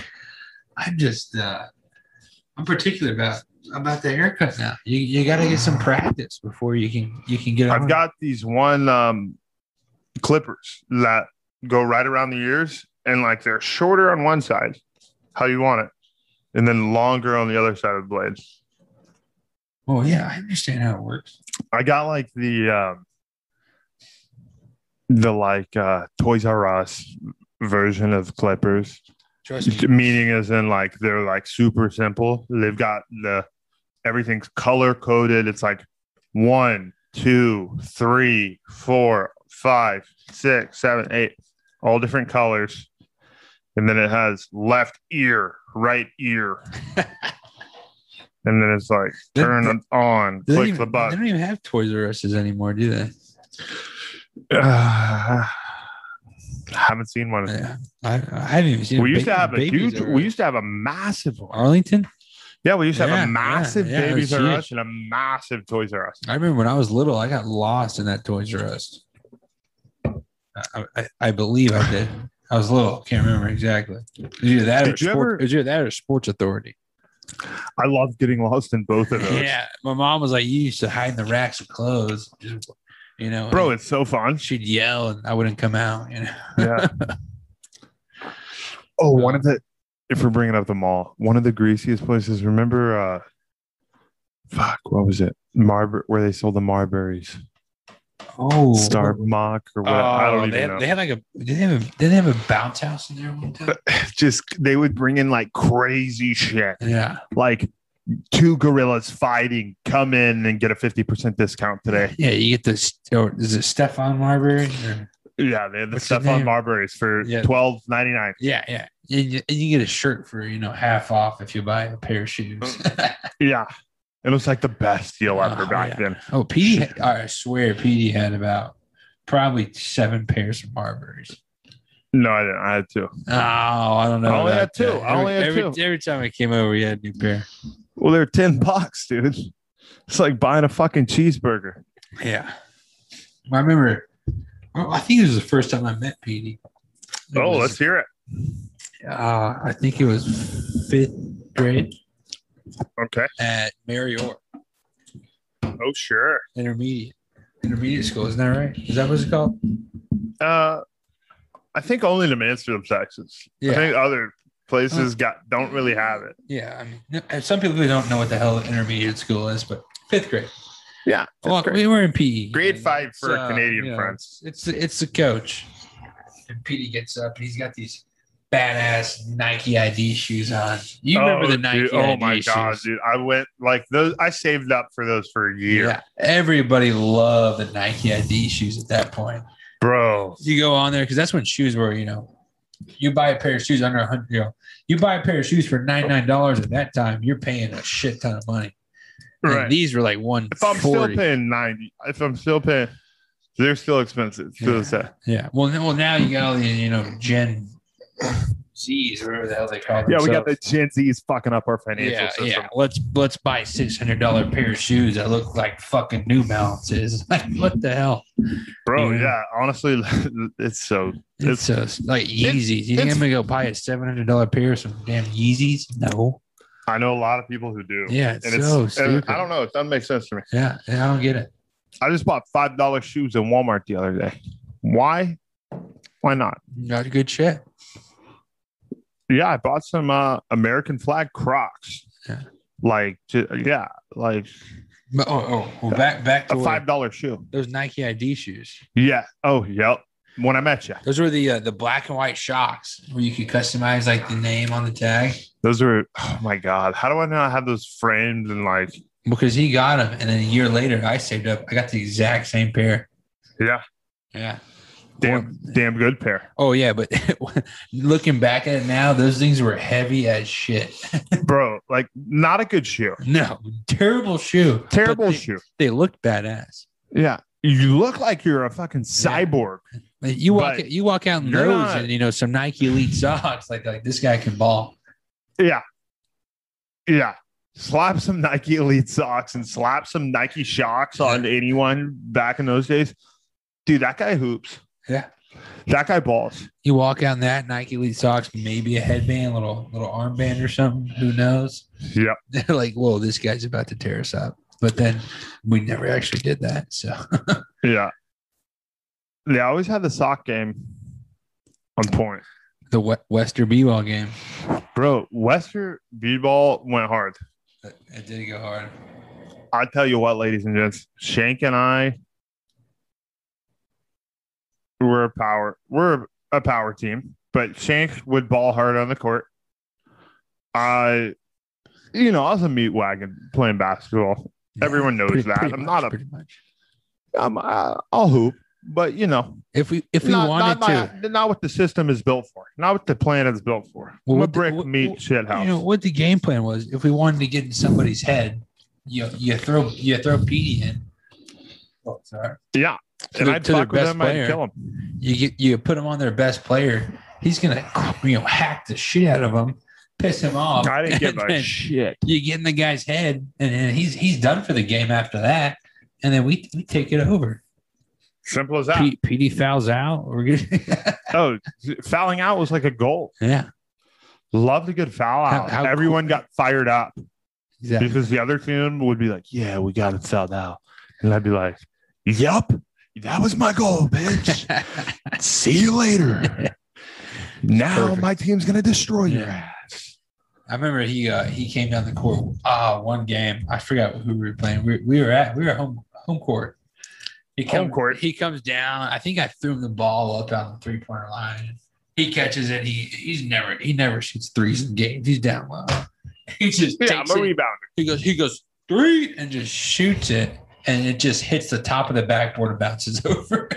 [SPEAKER 2] I'm just uh, I'm particular about about the haircut now. You you got to get some practice before you can you can get. on
[SPEAKER 8] I've
[SPEAKER 2] it.
[SPEAKER 8] got these one um, clippers that go right around the ears, and like they're shorter on one side, how you want it, and then longer on the other side of the blade.
[SPEAKER 2] Oh yeah, I understand how it works.
[SPEAKER 8] I got like the um, the like uh, Toys R Us version of clippers.
[SPEAKER 2] Trust me.
[SPEAKER 8] meaning as in like they're like super simple they've got the everything's color coded it's like one two three four five six seven eight all different colors and then it has left ear right
[SPEAKER 2] [LAUGHS]
[SPEAKER 8] ear and then it's like
[SPEAKER 2] They-
[SPEAKER 8] turn it on
[SPEAKER 2] They don't,
[SPEAKER 8] click the
[SPEAKER 2] even, they
[SPEAKER 8] button
[SPEAKER 2] don't even have Toys R Us's anymore, do they?
[SPEAKER 8] Uh, haven't seen one.
[SPEAKER 2] I, I haven't even seen.
[SPEAKER 8] we
[SPEAKER 2] a
[SPEAKER 8] used
[SPEAKER 2] ba-
[SPEAKER 8] to have a
[SPEAKER 2] Babies
[SPEAKER 8] huge.
[SPEAKER 2] R
[SPEAKER 8] We
[SPEAKER 2] Us.
[SPEAKER 8] used to have a massive one.
[SPEAKER 2] Arlington.
[SPEAKER 8] Yeah, we used to
[SPEAKER 2] Yeah,
[SPEAKER 8] have a
[SPEAKER 2] yeah,
[SPEAKER 8] massive
[SPEAKER 2] yeah, it
[SPEAKER 8] Babies
[SPEAKER 2] was
[SPEAKER 8] R
[SPEAKER 2] huge.
[SPEAKER 8] Us and a massive Toys R Us.
[SPEAKER 2] I remember when I was little, I got lost in that Toys R Us. I, I, I believe I did. I was little, can't remember exactly. It was either that or
[SPEAKER 8] Did you
[SPEAKER 2] sport,
[SPEAKER 8] ever-
[SPEAKER 2] it was either that or Sports Authority.
[SPEAKER 8] I love getting lost in both of those.
[SPEAKER 2] Yeah, my mom was like, "You used to hide in the racks of clothes, Just, you know."
[SPEAKER 8] Bro,
[SPEAKER 2] and
[SPEAKER 8] Oh, it's so fun.
[SPEAKER 2] she'd yell, and I wouldn't come out. You know,
[SPEAKER 8] Yeah. oh, one of the if we're bringing up the mall, one of the greasiest places. Remember, uh, fuck, what was it? Marber, where they sold the Marberries,
[SPEAKER 2] oh,
[SPEAKER 8] Star Mock or what? I don't even
[SPEAKER 2] they had,
[SPEAKER 8] know.
[SPEAKER 2] They had like a did they have a did they have a bounce house in there
[SPEAKER 8] [LAUGHS]
[SPEAKER 2] one time?
[SPEAKER 8] Just they would bring in like crazy shit,
[SPEAKER 2] yeah,
[SPEAKER 8] like two gorillas fighting. Come in and get a fifty percent discount today.
[SPEAKER 2] yeah. You get this. Or is it Stefan Marbury? Or,
[SPEAKER 8] Yeah, they had the
[SPEAKER 2] What's
[SPEAKER 8] stuff
[SPEAKER 2] the
[SPEAKER 8] on
[SPEAKER 2] name?
[SPEAKER 8] Marberries for
[SPEAKER 2] Yeah.
[SPEAKER 8] twelve ninety nine.
[SPEAKER 2] yeah, yeah. And you, and you get a shirt for you know half off if you buy a pair of shoes.
[SPEAKER 8] Oh. Yeah, it was like the best deal ever
[SPEAKER 2] Oh,
[SPEAKER 8] back
[SPEAKER 2] yeah.
[SPEAKER 8] then.
[SPEAKER 2] [LAUGHS] oh, Petey, had- I swear, Petey had about probably seven pairs of Marbury's.
[SPEAKER 8] No, I didn't. I had two.
[SPEAKER 2] Oh, I don't know.
[SPEAKER 8] I only
[SPEAKER 2] about
[SPEAKER 8] had two.
[SPEAKER 2] that.
[SPEAKER 8] I only had
[SPEAKER 2] every,
[SPEAKER 8] two.
[SPEAKER 2] Every time I came over, you had a new pair.
[SPEAKER 8] Well, they're 10 bucks, dude. It's like buying a fucking cheeseburger.
[SPEAKER 2] Yeah. I remember. oh, I think it was the first time I met Petey. It
[SPEAKER 8] Oh,
[SPEAKER 2] was-
[SPEAKER 8] let's hear it.
[SPEAKER 2] uh, I think it was fifth grade
[SPEAKER 8] Okay.
[SPEAKER 2] at Mary Orr
[SPEAKER 8] Oh, sure.
[SPEAKER 2] Intermediate. Intermediate school, isn't that right? Is that what it's called?
[SPEAKER 8] Uh, I think only in Mansfield, Texas. I
[SPEAKER 2] Yeah.
[SPEAKER 8] think other places got don't really have it.
[SPEAKER 2] Yeah, I mean, no- and some people really don't know what the hell intermediate school is, but fifth grade.
[SPEAKER 8] Yeah.
[SPEAKER 2] Well, we were in PE.
[SPEAKER 8] Grade
[SPEAKER 2] and
[SPEAKER 8] five for
[SPEAKER 2] it's, uh,
[SPEAKER 8] Canadian
[SPEAKER 2] you know,
[SPEAKER 8] friends.
[SPEAKER 2] It's it's the coach. And Petey gets up. He's got these badass Nike ID shoes on. You remember
[SPEAKER 8] Oh,
[SPEAKER 2] the Nike
[SPEAKER 8] dude. Oh
[SPEAKER 2] ID
[SPEAKER 8] my
[SPEAKER 2] shoes?
[SPEAKER 8] god, dude! I went like those. I saved up for those for a year,
[SPEAKER 2] Yeah, everybody loved the Nike ID shoes at that point.
[SPEAKER 8] bro.
[SPEAKER 2] You go on there because that's when shoes were. You know, you buy a pair of shoes under a hundred. You know, you buy a pair of shoes for ninety nine dollars at that time. You're paying a shit ton of money. And
[SPEAKER 8] Right.
[SPEAKER 2] these were like one.
[SPEAKER 8] If I'm still paying ninety, if I'm still paying, they're still expensive. to this day.
[SPEAKER 2] Yeah. Well, now, well, now you got all these, you know, Gen Z's, whatever the hell they call
[SPEAKER 8] Yeah,
[SPEAKER 2] themselves.
[SPEAKER 8] we got the Gen Z's fucking up our financial
[SPEAKER 2] Yeah,
[SPEAKER 8] system.
[SPEAKER 2] yeah. Let's let's buy six hundred dollar pair of shoes that look like fucking New Balances. [LAUGHS] Like, what the hell?
[SPEAKER 8] bro
[SPEAKER 2] Yeah.
[SPEAKER 8] yeah honestly [LAUGHS] it's so
[SPEAKER 2] It's, just like Yeezys. You think
[SPEAKER 8] it's-
[SPEAKER 2] I'm gonna go buy a seven hundred dollar pair of some damn Yeezys? No.
[SPEAKER 8] i know a lot of people who do
[SPEAKER 2] Yeah, it's
[SPEAKER 8] and it's
[SPEAKER 2] so
[SPEAKER 8] and
[SPEAKER 2] stupid.
[SPEAKER 8] i don't know it doesn't make sense to me
[SPEAKER 2] Yeah, yeah, I don't get it.
[SPEAKER 8] i just bought five dollar shoes in walmart the other day why why not
[SPEAKER 2] Not good shit.
[SPEAKER 8] yeah i bought some uh american flag crocs
[SPEAKER 2] Yeah.
[SPEAKER 8] like ju- yeah like
[SPEAKER 2] But, oh, oh, well, back back to
[SPEAKER 8] a five
[SPEAKER 2] five,
[SPEAKER 8] dollar shoe
[SPEAKER 2] those Nike ID shoes.
[SPEAKER 8] yeah oh yep when i met you
[SPEAKER 2] Those were the uh, the black and white shocks where you could customize like the name on the tag.
[SPEAKER 8] those were oh my god how do i not have those framed and like
[SPEAKER 2] because he got them, and then a year later, I saved up. I got the exact same pair.
[SPEAKER 8] yeah
[SPEAKER 2] Yeah.
[SPEAKER 8] damn damn good pair
[SPEAKER 2] Oh yeah, but [LAUGHS] looking back at it now, those things were heavy as shit. [LAUGHS]
[SPEAKER 8] bro like not a good shoe
[SPEAKER 2] no, terrible shoe. but
[SPEAKER 8] terrible
[SPEAKER 2] they,
[SPEAKER 8] shoe
[SPEAKER 2] They looked badass.
[SPEAKER 8] Yeah. You look like you're a fucking cyborg.
[SPEAKER 2] Like, you walk
[SPEAKER 8] But
[SPEAKER 2] you walk out in
[SPEAKER 8] you're
[SPEAKER 2] those
[SPEAKER 8] not-
[SPEAKER 2] and you know some Nike Elite socks. Like like this guy can ball.
[SPEAKER 8] Yeah. Yeah. Slap some Nike Elite socks and slap some Nike shocks on anyone back in those days. Dude, that guy hoops.
[SPEAKER 2] Yeah.
[SPEAKER 8] That guy balls.
[SPEAKER 2] You walk out in that Nike Elite socks, maybe a headband, little little armband or something. Who knows?
[SPEAKER 8] Yep.
[SPEAKER 2] [LAUGHS] They're like, whoa, this guy's about to tear us up. But then we never actually did that. So [LAUGHS]
[SPEAKER 8] Yeah. They always had the sock game on point.
[SPEAKER 2] the we- Wester B-ball game.
[SPEAKER 8] Bro, Wester B ball went hard.
[SPEAKER 2] It did go hard.
[SPEAKER 8] I tell you what, ladies and gents, Shank and I we're a power we're a power team, but Shank would ball hard on the court. I you know, I was a meat wagon playing basketball. Everyone knows that. I'm not a-
[SPEAKER 2] pretty much.
[SPEAKER 8] Um, I, I'll hoop, but you know,
[SPEAKER 2] If we if we wanted
[SPEAKER 8] not,
[SPEAKER 2] to,
[SPEAKER 8] my- not what the system is built for, not what the plan is built for.
[SPEAKER 2] Well,
[SPEAKER 8] I'm a
[SPEAKER 2] what the-
[SPEAKER 8] brick
[SPEAKER 2] what-
[SPEAKER 8] meat
[SPEAKER 2] what-
[SPEAKER 8] shit house.
[SPEAKER 2] you know what the game plan was. If we wanted to get in somebody's head, you you throw you throw Petey in. Oh, sorry.
[SPEAKER 8] Yeah. and
[SPEAKER 2] their-
[SPEAKER 8] I'd
[SPEAKER 2] to their
[SPEAKER 8] fuck with
[SPEAKER 2] best
[SPEAKER 8] them. I'd
[SPEAKER 2] player.
[SPEAKER 8] kill them.
[SPEAKER 2] You get you put him on their best player. He's gonna you know hack the shit out of him, piss him off.
[SPEAKER 8] I didn't give
[SPEAKER 2] and
[SPEAKER 8] a
[SPEAKER 2] [LAUGHS] then
[SPEAKER 8] shit.
[SPEAKER 2] You get in the guy's head, and, and he's he's done for the game after that. And then we we take it over.
[SPEAKER 8] Simple as that.
[SPEAKER 2] P, PD fouls out. We're good. [LAUGHS]
[SPEAKER 8] Oh, fouling out was like a goal.
[SPEAKER 2] yeah,
[SPEAKER 8] Loved a good foul
[SPEAKER 2] How-
[SPEAKER 8] out.
[SPEAKER 2] how
[SPEAKER 8] Everyone got fired up [LAUGHS]
[SPEAKER 2] exactly. [LAUGHS]
[SPEAKER 8] because the other team would be like, "Yeah, we got it fouled out," and I'd be like, "Yep, that was my goal, [LAUGHS] bitch. See you later." Now
[SPEAKER 2] Perfect.
[SPEAKER 8] my team's gonna destroy your
[SPEAKER 2] Yeah.
[SPEAKER 8] ass.
[SPEAKER 2] I remember he uh, he came down the court. Ah, one game I forgot who we were playing. We, we were at we were home home court. He
[SPEAKER 8] Home court.
[SPEAKER 2] He comes down. I think I threw him the ball up on the three pointer line. He catches it. He he's never he never shoots threes in games. He's down low. [LAUGHS] He just
[SPEAKER 8] Yeah,
[SPEAKER 2] takes
[SPEAKER 8] I'm a
[SPEAKER 2] it.
[SPEAKER 8] rebounder.
[SPEAKER 2] He goes he goes three and just shoots it, and it just hits the top of the backboard and bounces [LAUGHS] over.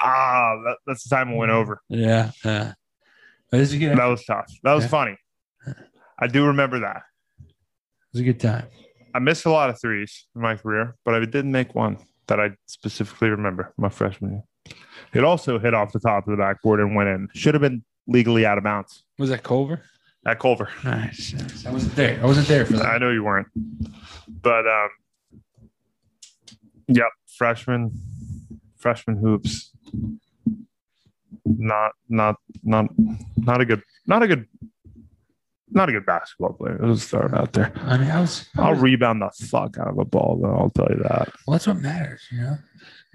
[SPEAKER 8] Ah, that, that's the time it went over.
[SPEAKER 2] yeah, yeah. But it was a good.
[SPEAKER 8] That was tough. That was
[SPEAKER 2] Yeah.
[SPEAKER 8] funny. I do remember that.
[SPEAKER 2] It was a good time.
[SPEAKER 8] I missed a lot of threes in my career, but I did make one that I specifically remember my freshman year. It also hit off the top of the backboard and went in. Should have been legally out of bounds
[SPEAKER 2] Was that Culver?
[SPEAKER 8] at Culver.
[SPEAKER 2] Nice. I wasn't there. I wasn't there for that.
[SPEAKER 8] I know you weren't, but um, yep, freshman, freshman hoops. Not, not, not, not a good, not a good, not a good basketball player. Let's just throw it out there.
[SPEAKER 2] I mean, I was. I
[SPEAKER 8] I'll
[SPEAKER 2] was
[SPEAKER 8] rebound the fuck out of a ball, though. I'll tell you that.
[SPEAKER 2] well, that's what matters, you know.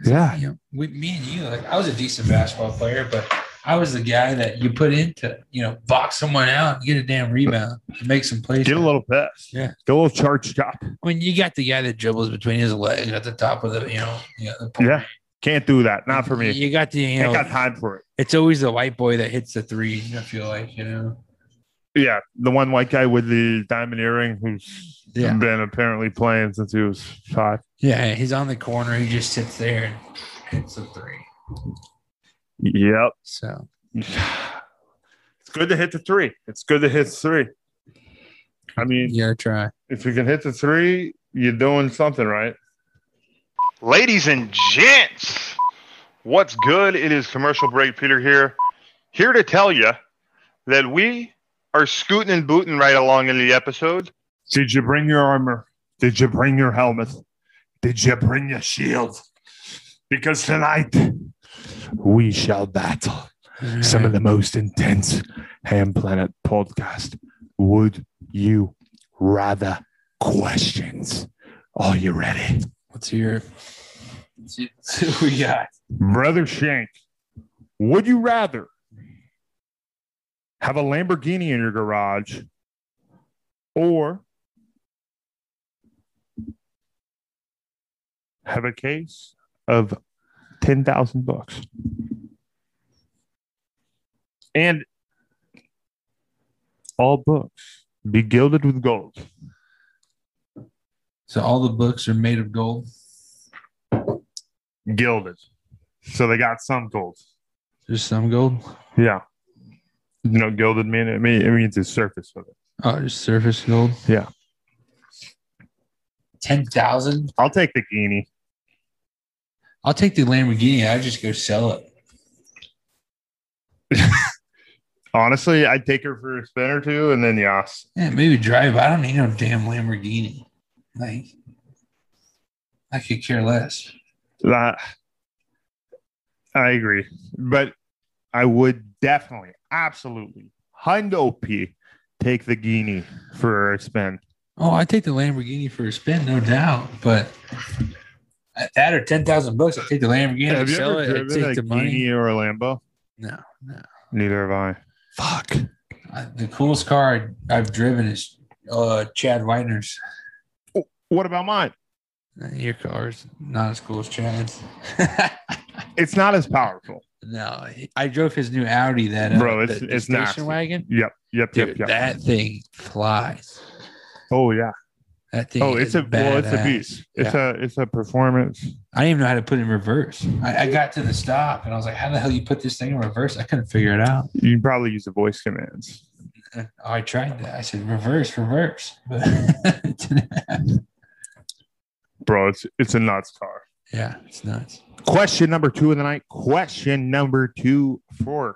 [SPEAKER 8] Yeah.
[SPEAKER 2] You know, with me and you, like I was a decent basketball player, but I was the guy that you put in to, you know, box someone out, and get a damn rebound, and make some plays.
[SPEAKER 8] Get a little pissed.
[SPEAKER 2] Yeah.
[SPEAKER 8] Get a little charged up.
[SPEAKER 2] when you got the guy that dribbles between his legs at the top of the, you know, you know, the point.
[SPEAKER 8] Yeah. Can't do that. Not for me.
[SPEAKER 2] You got the, you
[SPEAKER 8] Ain't
[SPEAKER 2] know,
[SPEAKER 8] got time for it.
[SPEAKER 2] it's always the white boy that hits the three. I feel like, you know,
[SPEAKER 8] Yeah. The one white guy with the diamond earring who's
[SPEAKER 2] Yeah.
[SPEAKER 8] been apparently playing since he was five.
[SPEAKER 2] yeah, he's on the corner. He just sits there and hits the three.
[SPEAKER 8] Yep.
[SPEAKER 2] So
[SPEAKER 8] [SIGHS] It's good to hit the three. It's good to hit three. I mean,
[SPEAKER 2] you gotta try.
[SPEAKER 8] if you can hit the three, you're doing something right. Ladies and gents, what's good? It is commercial break. Peter here, here to tell you that we are scooting and booting right along in the episode. Did you bring your armor? Did you bring your helmet? Did you bring your shield? Because tonight we shall battle some of the most intense Ham Planet podcast. Would you rather questions? Are you ready?
[SPEAKER 2] Let's hear. it. Let's see- let's see [LAUGHS] what we got.
[SPEAKER 8] Brother Shank, would you rather have a Lamborghini in your garage or have a case of 10,000 bucks? And all books be gilded with gold.
[SPEAKER 2] So all the books are made of gold.
[SPEAKER 8] Gilded. So they got some gold.
[SPEAKER 2] There's some gold.
[SPEAKER 8] Yeah. You know, gilded mean it mean- it means it's surface of it.
[SPEAKER 2] Oh, just surface gold.
[SPEAKER 8] Yeah.
[SPEAKER 2] Ten thousand.
[SPEAKER 8] I'll take the guinea.
[SPEAKER 2] I'll take the Lamborghini. I just go sell it.
[SPEAKER 8] Honestly, I'd take her for a spin or two, and then yes.
[SPEAKER 2] Yeah, maybe drive. I don't need no damn Lamborghini. Like, I could care less.
[SPEAKER 8] That I agree. But I would definitely, absolutely, hundo P take the guinea for a spin.
[SPEAKER 2] Oh, I take the Lamborghini for a spin, no doubt. But at that or ten thousand bucks, I take the Lamborghini.
[SPEAKER 8] Have you
[SPEAKER 2] sell
[SPEAKER 8] ever
[SPEAKER 2] it. I
[SPEAKER 8] driven
[SPEAKER 2] take
[SPEAKER 8] a
[SPEAKER 2] the money.
[SPEAKER 8] guinea or a Lambo?
[SPEAKER 2] No, no.
[SPEAKER 8] Neither have I.
[SPEAKER 1] Fuck.
[SPEAKER 2] I, the coolest car I've driven is uh, Chad Whitener's.
[SPEAKER 8] What about mine?
[SPEAKER 2] Your car's not as cool as Chad's. [LAUGHS]
[SPEAKER 8] It's not as powerful.
[SPEAKER 2] no, I drove his new Audi that uh,
[SPEAKER 8] Bro, it's-
[SPEAKER 2] the- the
[SPEAKER 8] it's
[SPEAKER 2] station
[SPEAKER 8] nasty.
[SPEAKER 2] wagon.
[SPEAKER 8] Yep, yep,
[SPEAKER 2] Dude,
[SPEAKER 8] yep, yep.
[SPEAKER 2] that thing flies.
[SPEAKER 8] oh yeah.
[SPEAKER 2] That thing.
[SPEAKER 8] Oh, it's
[SPEAKER 2] is
[SPEAKER 8] a well, it's a
[SPEAKER 2] badass.
[SPEAKER 8] beast.
[SPEAKER 2] Yeah.
[SPEAKER 8] It's a it's a performance.
[SPEAKER 2] I didn't even know how to put it in reverse. I, I got to the stop and I was like, "How the hell you put this thing in reverse?" I couldn't figure it out.
[SPEAKER 8] You can probably use the voice commands.
[SPEAKER 2] And I tried that. I said, "Reverse, reverse," [LAUGHS] but it didn't happen.
[SPEAKER 8] bro. It's it's a nuts car.
[SPEAKER 2] yeah, it's nuts.
[SPEAKER 3] Question number two of the night. Question number two for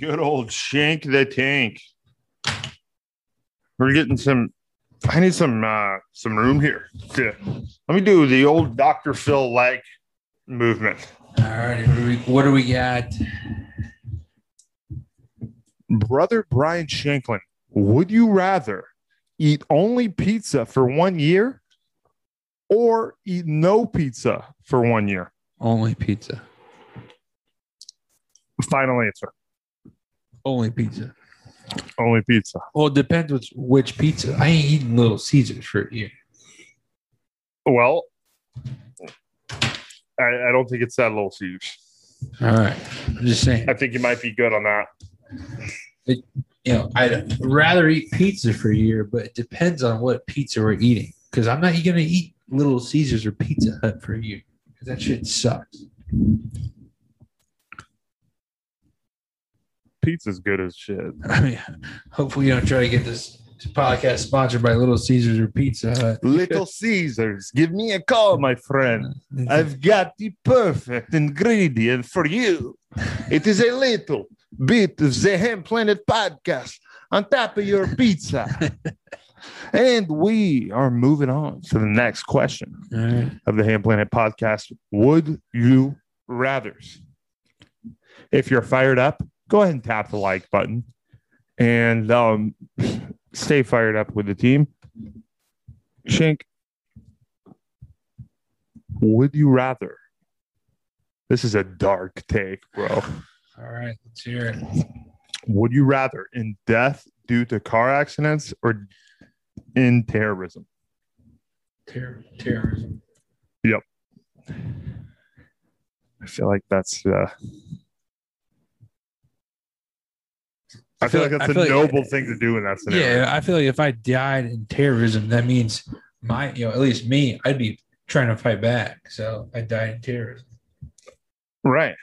[SPEAKER 3] good old Shank the Tank. We're getting some. I need some uh, some room here. to- let me do the old Dr. Phil like movement.
[SPEAKER 2] All right, what do we, what do we got?
[SPEAKER 3] Brother Brian Shanklin, would you rather eat only pizza for one year or eat no pizza for one year?
[SPEAKER 2] Only pizza.
[SPEAKER 3] Final answer
[SPEAKER 2] Only pizza.
[SPEAKER 3] only pizza.
[SPEAKER 2] Well, it depends which, which pizza. I ain't eating Little Caesars for a year.
[SPEAKER 3] Well, I, I don't think it's that little huge.
[SPEAKER 2] All right, I'm just saying.
[SPEAKER 3] I think you might be good on that.
[SPEAKER 2] You know, I'd rather eat pizza for a year, but it depends on what pizza we're eating. Because I'm not going to eat Little Caesars or Pizza Hut for a year. 'Cause that shit sucks. [LAUGHS]
[SPEAKER 3] Pizza's good
[SPEAKER 2] [LAUGHS]
[SPEAKER 3] as shit.
[SPEAKER 2] I mean, hopefully, you don't try to get this podcast sponsored by Little Caesars or Pizza Hut.
[SPEAKER 3] Little Caesars, give me a call, my friend. I've got the perfect ingredient for you. It is a little bit of the Ham Planet podcast on top of your pizza. and we are moving on to the next question
[SPEAKER 2] All right.
[SPEAKER 3] of the Ham Planet podcast. Would you rather? If you're fired up, go ahead and tap the like button and um, stay fired up with the team. Shink, would you rather? This is a dark take, bro.
[SPEAKER 2] All right, let's hear it.
[SPEAKER 3] Would you rather in death due to car accidents or in terrorism?
[SPEAKER 2] Terror, terrorism.
[SPEAKER 3] I feel like that's. Uh, I feel like that's
[SPEAKER 2] I feel
[SPEAKER 3] a
[SPEAKER 2] like-
[SPEAKER 3] noble thing to do in that scenario.
[SPEAKER 2] Yeah, I feel like if I died in terrorism, that means my, you know, at least me, I'd be trying to fight back. So I died in terrorism.
[SPEAKER 3] Right.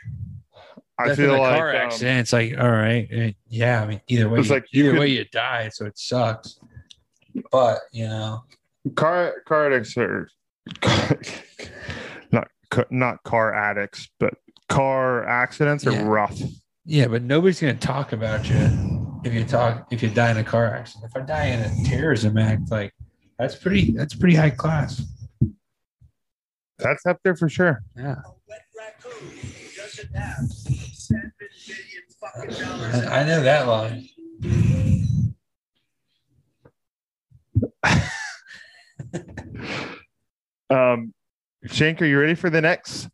[SPEAKER 3] I
[SPEAKER 2] Death in
[SPEAKER 3] feel
[SPEAKER 2] a
[SPEAKER 3] like
[SPEAKER 2] car
[SPEAKER 3] um,
[SPEAKER 2] accident. It's like, all right, eh, yeah. I mean, either way,
[SPEAKER 3] It's
[SPEAKER 2] you,
[SPEAKER 3] like you
[SPEAKER 2] either
[SPEAKER 3] could-
[SPEAKER 2] way, you die, so it sucks. But you know,
[SPEAKER 3] car car addicts are [LAUGHS] not ca- not car addicts, but car accidents are
[SPEAKER 2] Yeah.
[SPEAKER 3] rough.
[SPEAKER 2] yeah, but nobody's gonna talk about you if you talk if you die in a car accident. If I die in a terrorism act, like that's pretty that's pretty high class.
[SPEAKER 3] That's up there for sure.
[SPEAKER 2] Yeah. I I know that line.
[SPEAKER 3] Um, Shank, are you ready for the next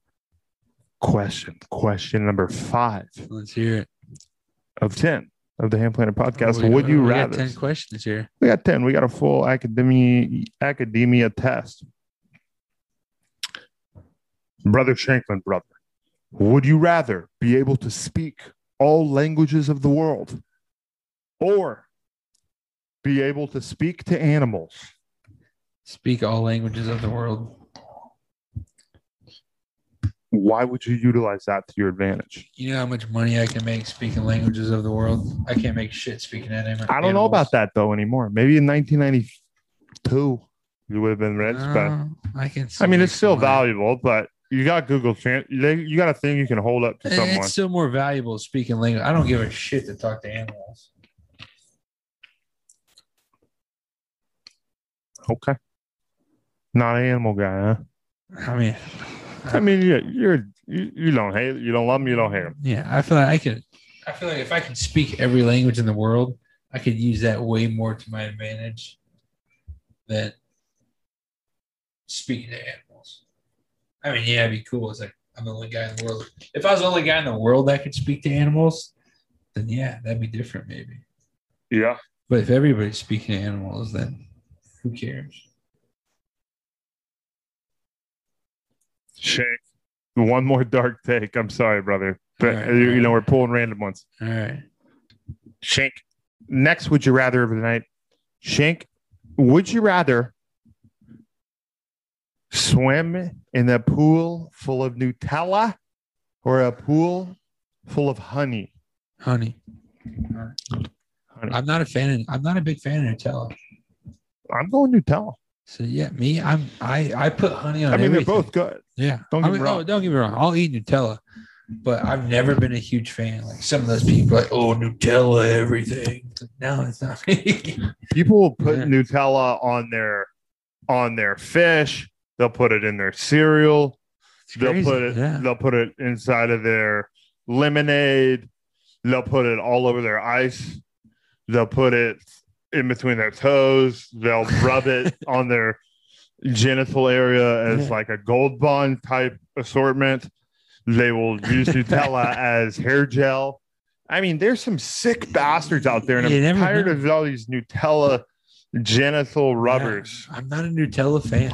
[SPEAKER 3] question? Question number five
[SPEAKER 2] Let's hear it.
[SPEAKER 3] of ten of the Hand Planner podcast.
[SPEAKER 2] We-
[SPEAKER 3] Would you
[SPEAKER 2] Oh, we got
[SPEAKER 3] rather?
[SPEAKER 2] Ten questions here.
[SPEAKER 3] We got 10. We got a full academia academia test. Brother Shanklin, brother, would you rather be able to speak all languages of the world or be able to speak to animals?
[SPEAKER 2] Speak all languages of the world.
[SPEAKER 3] Why would you utilize that to your advantage?
[SPEAKER 2] You know how much money I can make speaking languages of the world. I can't make shit speaking that animal.
[SPEAKER 3] I don't know about that though anymore. Maybe in 1992, you would have been rich, but
[SPEAKER 2] Uh, I can.
[SPEAKER 3] I mean,
[SPEAKER 2] make
[SPEAKER 3] it's still
[SPEAKER 2] some money.
[SPEAKER 3] valuable, but you got Google, Tran- they- you got a thing you can hold up to
[SPEAKER 2] Eh,
[SPEAKER 3] someone.
[SPEAKER 2] It's still more valuable speaking language. I don't give a shit to talk to animals.
[SPEAKER 3] Okay. Not an animal guy, huh?
[SPEAKER 2] I mean,
[SPEAKER 3] I mean, you're, you're you, you don't hate, you don't love him, you don't hate him.
[SPEAKER 2] Yeah, I feel like I could. I feel like if I could speak every language in the world, I could use that way more to my advantage than speaking to animals. I mean, yeah, it'd be cool. It's like I'm the only guy in the world. If I was the only guy in the world that could speak to animals, then yeah, that'd be different, maybe.
[SPEAKER 3] Yeah.
[SPEAKER 2] But if everybody's speaking to animals, then who cares?
[SPEAKER 3] Shake. One more dark take. I'm sorry, brother, but
[SPEAKER 2] All right,
[SPEAKER 3] you, you know
[SPEAKER 2] all
[SPEAKER 3] we're pulling random ones.
[SPEAKER 2] All right.
[SPEAKER 3] Shank. Next, would you rather of the night? Shank, would you rather swim in a pool full of Nutella or a pool full of honey?
[SPEAKER 2] Honey,
[SPEAKER 3] honey.
[SPEAKER 2] I'm not a fan. Of, I'm not a big fan of Nutella.
[SPEAKER 3] I'm going Nutella.
[SPEAKER 2] So yeah, me, I'm I I put honey on.
[SPEAKER 3] I mean,
[SPEAKER 2] everything.
[SPEAKER 3] they're both good.
[SPEAKER 2] Yeah.
[SPEAKER 8] Don't
[SPEAKER 2] I
[SPEAKER 8] get me
[SPEAKER 2] mean,
[SPEAKER 8] wrong.
[SPEAKER 2] Oh, don't get me wrong. I'll eat Nutella, but I've never been a huge fan. Like some of those people, like, oh, Nutella, everything. No, it's not me. [LAUGHS]
[SPEAKER 3] People put
[SPEAKER 2] Yeah.
[SPEAKER 3] [LAUGHS] Nutella on their on their fish. They'll put it in their cereal. They'll
[SPEAKER 2] crazy,
[SPEAKER 3] put it.
[SPEAKER 2] yeah.
[SPEAKER 3] They'll put it inside of their lemonade. They'll put it all over their ice. They'll put it in between their toes. They'll rub
[SPEAKER 2] [LAUGHS]
[SPEAKER 3] it on their genital area as
[SPEAKER 2] Yeah.
[SPEAKER 3] like a gold bond type assortment. They will
[SPEAKER 2] [LAUGHS]
[SPEAKER 3] use Nutella as hair gel. I mean, there's some sick bastards out there, and
[SPEAKER 2] You
[SPEAKER 3] I'm
[SPEAKER 2] never
[SPEAKER 3] tired
[SPEAKER 2] know.
[SPEAKER 3] of all these Nutella genital rubbers.
[SPEAKER 2] Yeah, I'm not a Nutella fan.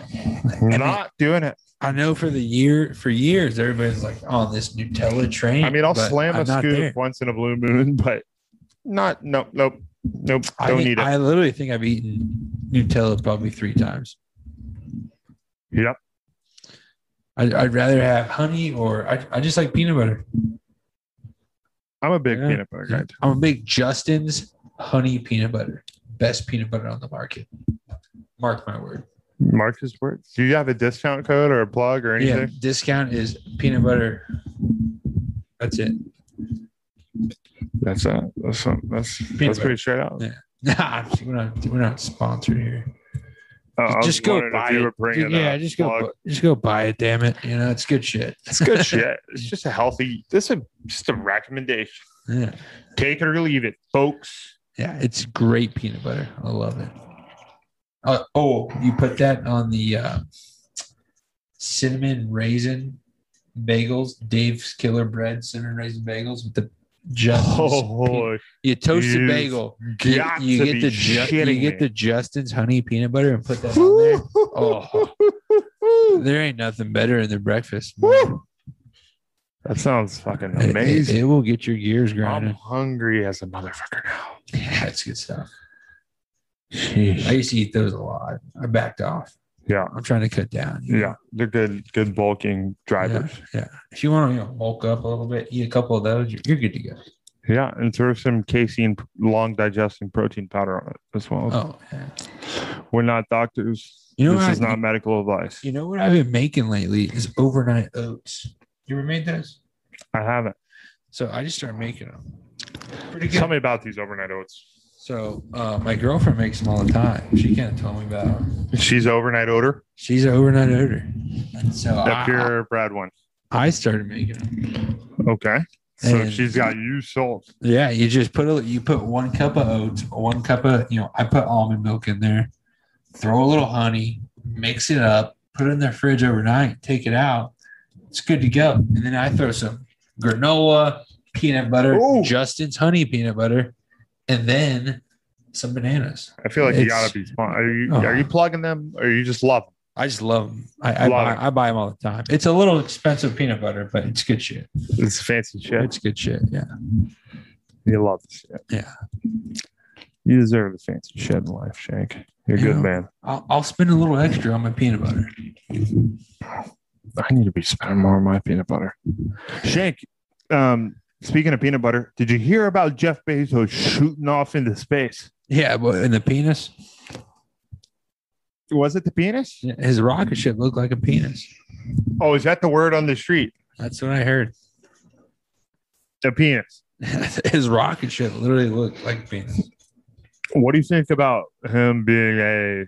[SPEAKER 3] We're
[SPEAKER 2] I mean,
[SPEAKER 3] Not doing it.
[SPEAKER 2] I know for the year for years everybody's like on this Nutella train.
[SPEAKER 3] I mean, I'll
[SPEAKER 2] but
[SPEAKER 3] slam
[SPEAKER 2] I'm
[SPEAKER 3] a
[SPEAKER 2] not
[SPEAKER 3] scoop
[SPEAKER 2] there.
[SPEAKER 3] once in a blue moon, [LAUGHS] but not. Nope, nope, nope.
[SPEAKER 2] I
[SPEAKER 3] don't
[SPEAKER 2] think-
[SPEAKER 3] need it.
[SPEAKER 2] I literally think I've eaten Nutella probably three times.
[SPEAKER 3] Yep.
[SPEAKER 2] I'd, I'd rather have honey or I, I just like peanut butter.
[SPEAKER 3] I'm a big
[SPEAKER 2] Yeah.
[SPEAKER 3] peanut butter guy.
[SPEAKER 2] I'm a big Justin's honey peanut butter. Best peanut butter on the market. Mark my word.
[SPEAKER 3] Marcus words. Do you have a discount code or a plug or
[SPEAKER 2] Yeah,
[SPEAKER 3] anything?
[SPEAKER 2] discount is peanut butter. That's it. [LAUGHS]
[SPEAKER 3] That's a that's a, that's, that's
[SPEAKER 2] butter.
[SPEAKER 3] pretty straight out.
[SPEAKER 2] Yeah. Nah, we're not we're not sponsored here.
[SPEAKER 3] Oh, I was
[SPEAKER 2] just go
[SPEAKER 3] wondering if
[SPEAKER 2] buy
[SPEAKER 3] you were
[SPEAKER 2] it.
[SPEAKER 3] bringing
[SPEAKER 2] yeah,
[SPEAKER 3] up.
[SPEAKER 2] just go
[SPEAKER 3] Plug.
[SPEAKER 2] bu- just go buy it. Damn it, you know it's good shit.
[SPEAKER 3] It's good shit. [LAUGHS] It's just a healthy. This is a, just a recommendation.
[SPEAKER 2] [LAUGHS] Yeah,
[SPEAKER 3] Take it or leave it,
[SPEAKER 2] [LAUGHS]
[SPEAKER 3] folks.
[SPEAKER 2] yeah, it's great peanut butter. I love it. Uh, oh, you put that on the uh, cinnamon raisin bagels, Dave's Killer Bread cinnamon raisin bagels with the Justin's. peanut-
[SPEAKER 3] Oh,
[SPEAKER 2] you toast the
[SPEAKER 3] you've
[SPEAKER 2] bagel. You,
[SPEAKER 3] got
[SPEAKER 2] you
[SPEAKER 3] to
[SPEAKER 2] get
[SPEAKER 3] be
[SPEAKER 2] the Ju-
[SPEAKER 3] shitting
[SPEAKER 2] you get
[SPEAKER 3] me.
[SPEAKER 2] the Justin's honey peanut butter and put that on
[SPEAKER 3] [LAUGHS]
[SPEAKER 2] there. Oh. There ain't nothing better than breakfast. man.
[SPEAKER 3] that sounds fucking
[SPEAKER 2] It- it-
[SPEAKER 3] amazing.
[SPEAKER 2] It, will get your gears
[SPEAKER 3] I'm
[SPEAKER 2] grinding.
[SPEAKER 3] hungry as a motherfucker now.
[SPEAKER 2] Yeah, it's good stuff. I used to eat those a lot. I backed off.
[SPEAKER 3] Yeah.
[SPEAKER 2] I'm trying to cut down. you know?
[SPEAKER 3] Yeah, they're good, good bulking drivers.
[SPEAKER 2] Yeah, yeah. If you want to you know, bulk up a little bit, eat a couple of those, you're, you're good to go.
[SPEAKER 3] Yeah. and throw some casein, long digesting protein powder on it as well.
[SPEAKER 2] Oh, yeah.
[SPEAKER 3] We're not doctors.
[SPEAKER 2] Oh. You know
[SPEAKER 3] this
[SPEAKER 2] what
[SPEAKER 3] is
[SPEAKER 2] I-
[SPEAKER 3] not medical advice.
[SPEAKER 2] You know what I've been making lately is overnight oats. You ever made those?
[SPEAKER 3] I haven't.
[SPEAKER 2] So I just started making them. Pretty good.
[SPEAKER 3] Tell me about these overnight oats.
[SPEAKER 2] So uh, my girlfriend makes them all the time. She can't tell me about them.
[SPEAKER 3] She's overnight odor.
[SPEAKER 2] She's an overnight oater. And so
[SPEAKER 3] The
[SPEAKER 2] I,
[SPEAKER 3] pure Brad one.
[SPEAKER 2] I started making them.
[SPEAKER 3] Okay. So
[SPEAKER 2] And-
[SPEAKER 3] she's got you sold.
[SPEAKER 2] Yeah, you just put a you put one cup of oats, one cup of you know, I put almond milk in there, throw a little honey, mix it up, put it in the fridge overnight, take it out. It's good to go. And then I throw some granola, peanut butter,
[SPEAKER 3] Ooh.
[SPEAKER 2] Justin's honey peanut butter, and then some bananas.
[SPEAKER 3] I feel like you
[SPEAKER 2] It's-
[SPEAKER 3] gotta be. spon- Are you
[SPEAKER 2] Oh.
[SPEAKER 3] are you plugging them or you just love them?
[SPEAKER 2] I just love them. I I
[SPEAKER 3] Love
[SPEAKER 2] buy,
[SPEAKER 3] it.
[SPEAKER 2] I buy them all the time. It's a little expensive peanut butter, but it's good shit.
[SPEAKER 3] It's fancy shit.
[SPEAKER 2] It's good shit. Yeah.
[SPEAKER 3] You love this shit.
[SPEAKER 2] Yeah.
[SPEAKER 3] You deserve the fancy shit in life, Shank. You're a
[SPEAKER 2] You
[SPEAKER 3] good
[SPEAKER 2] know.
[SPEAKER 3] man.
[SPEAKER 2] I'll, I'll spend a little extra on my peanut butter.
[SPEAKER 3] I need to be spending more on my peanut butter. Shank, um, speaking of peanut butter, did you hear about Jeff Bezos shooting off into space?
[SPEAKER 2] Yeah, but in the penis.
[SPEAKER 3] Was it the penis?
[SPEAKER 2] His rocket ship looked like a penis.
[SPEAKER 3] Oh, is that the word on the street?
[SPEAKER 2] That's what I heard. [LAUGHS]
[SPEAKER 3] The penis.
[SPEAKER 2] His rocket ship literally looked like a penis.
[SPEAKER 3] What do you think about him being a,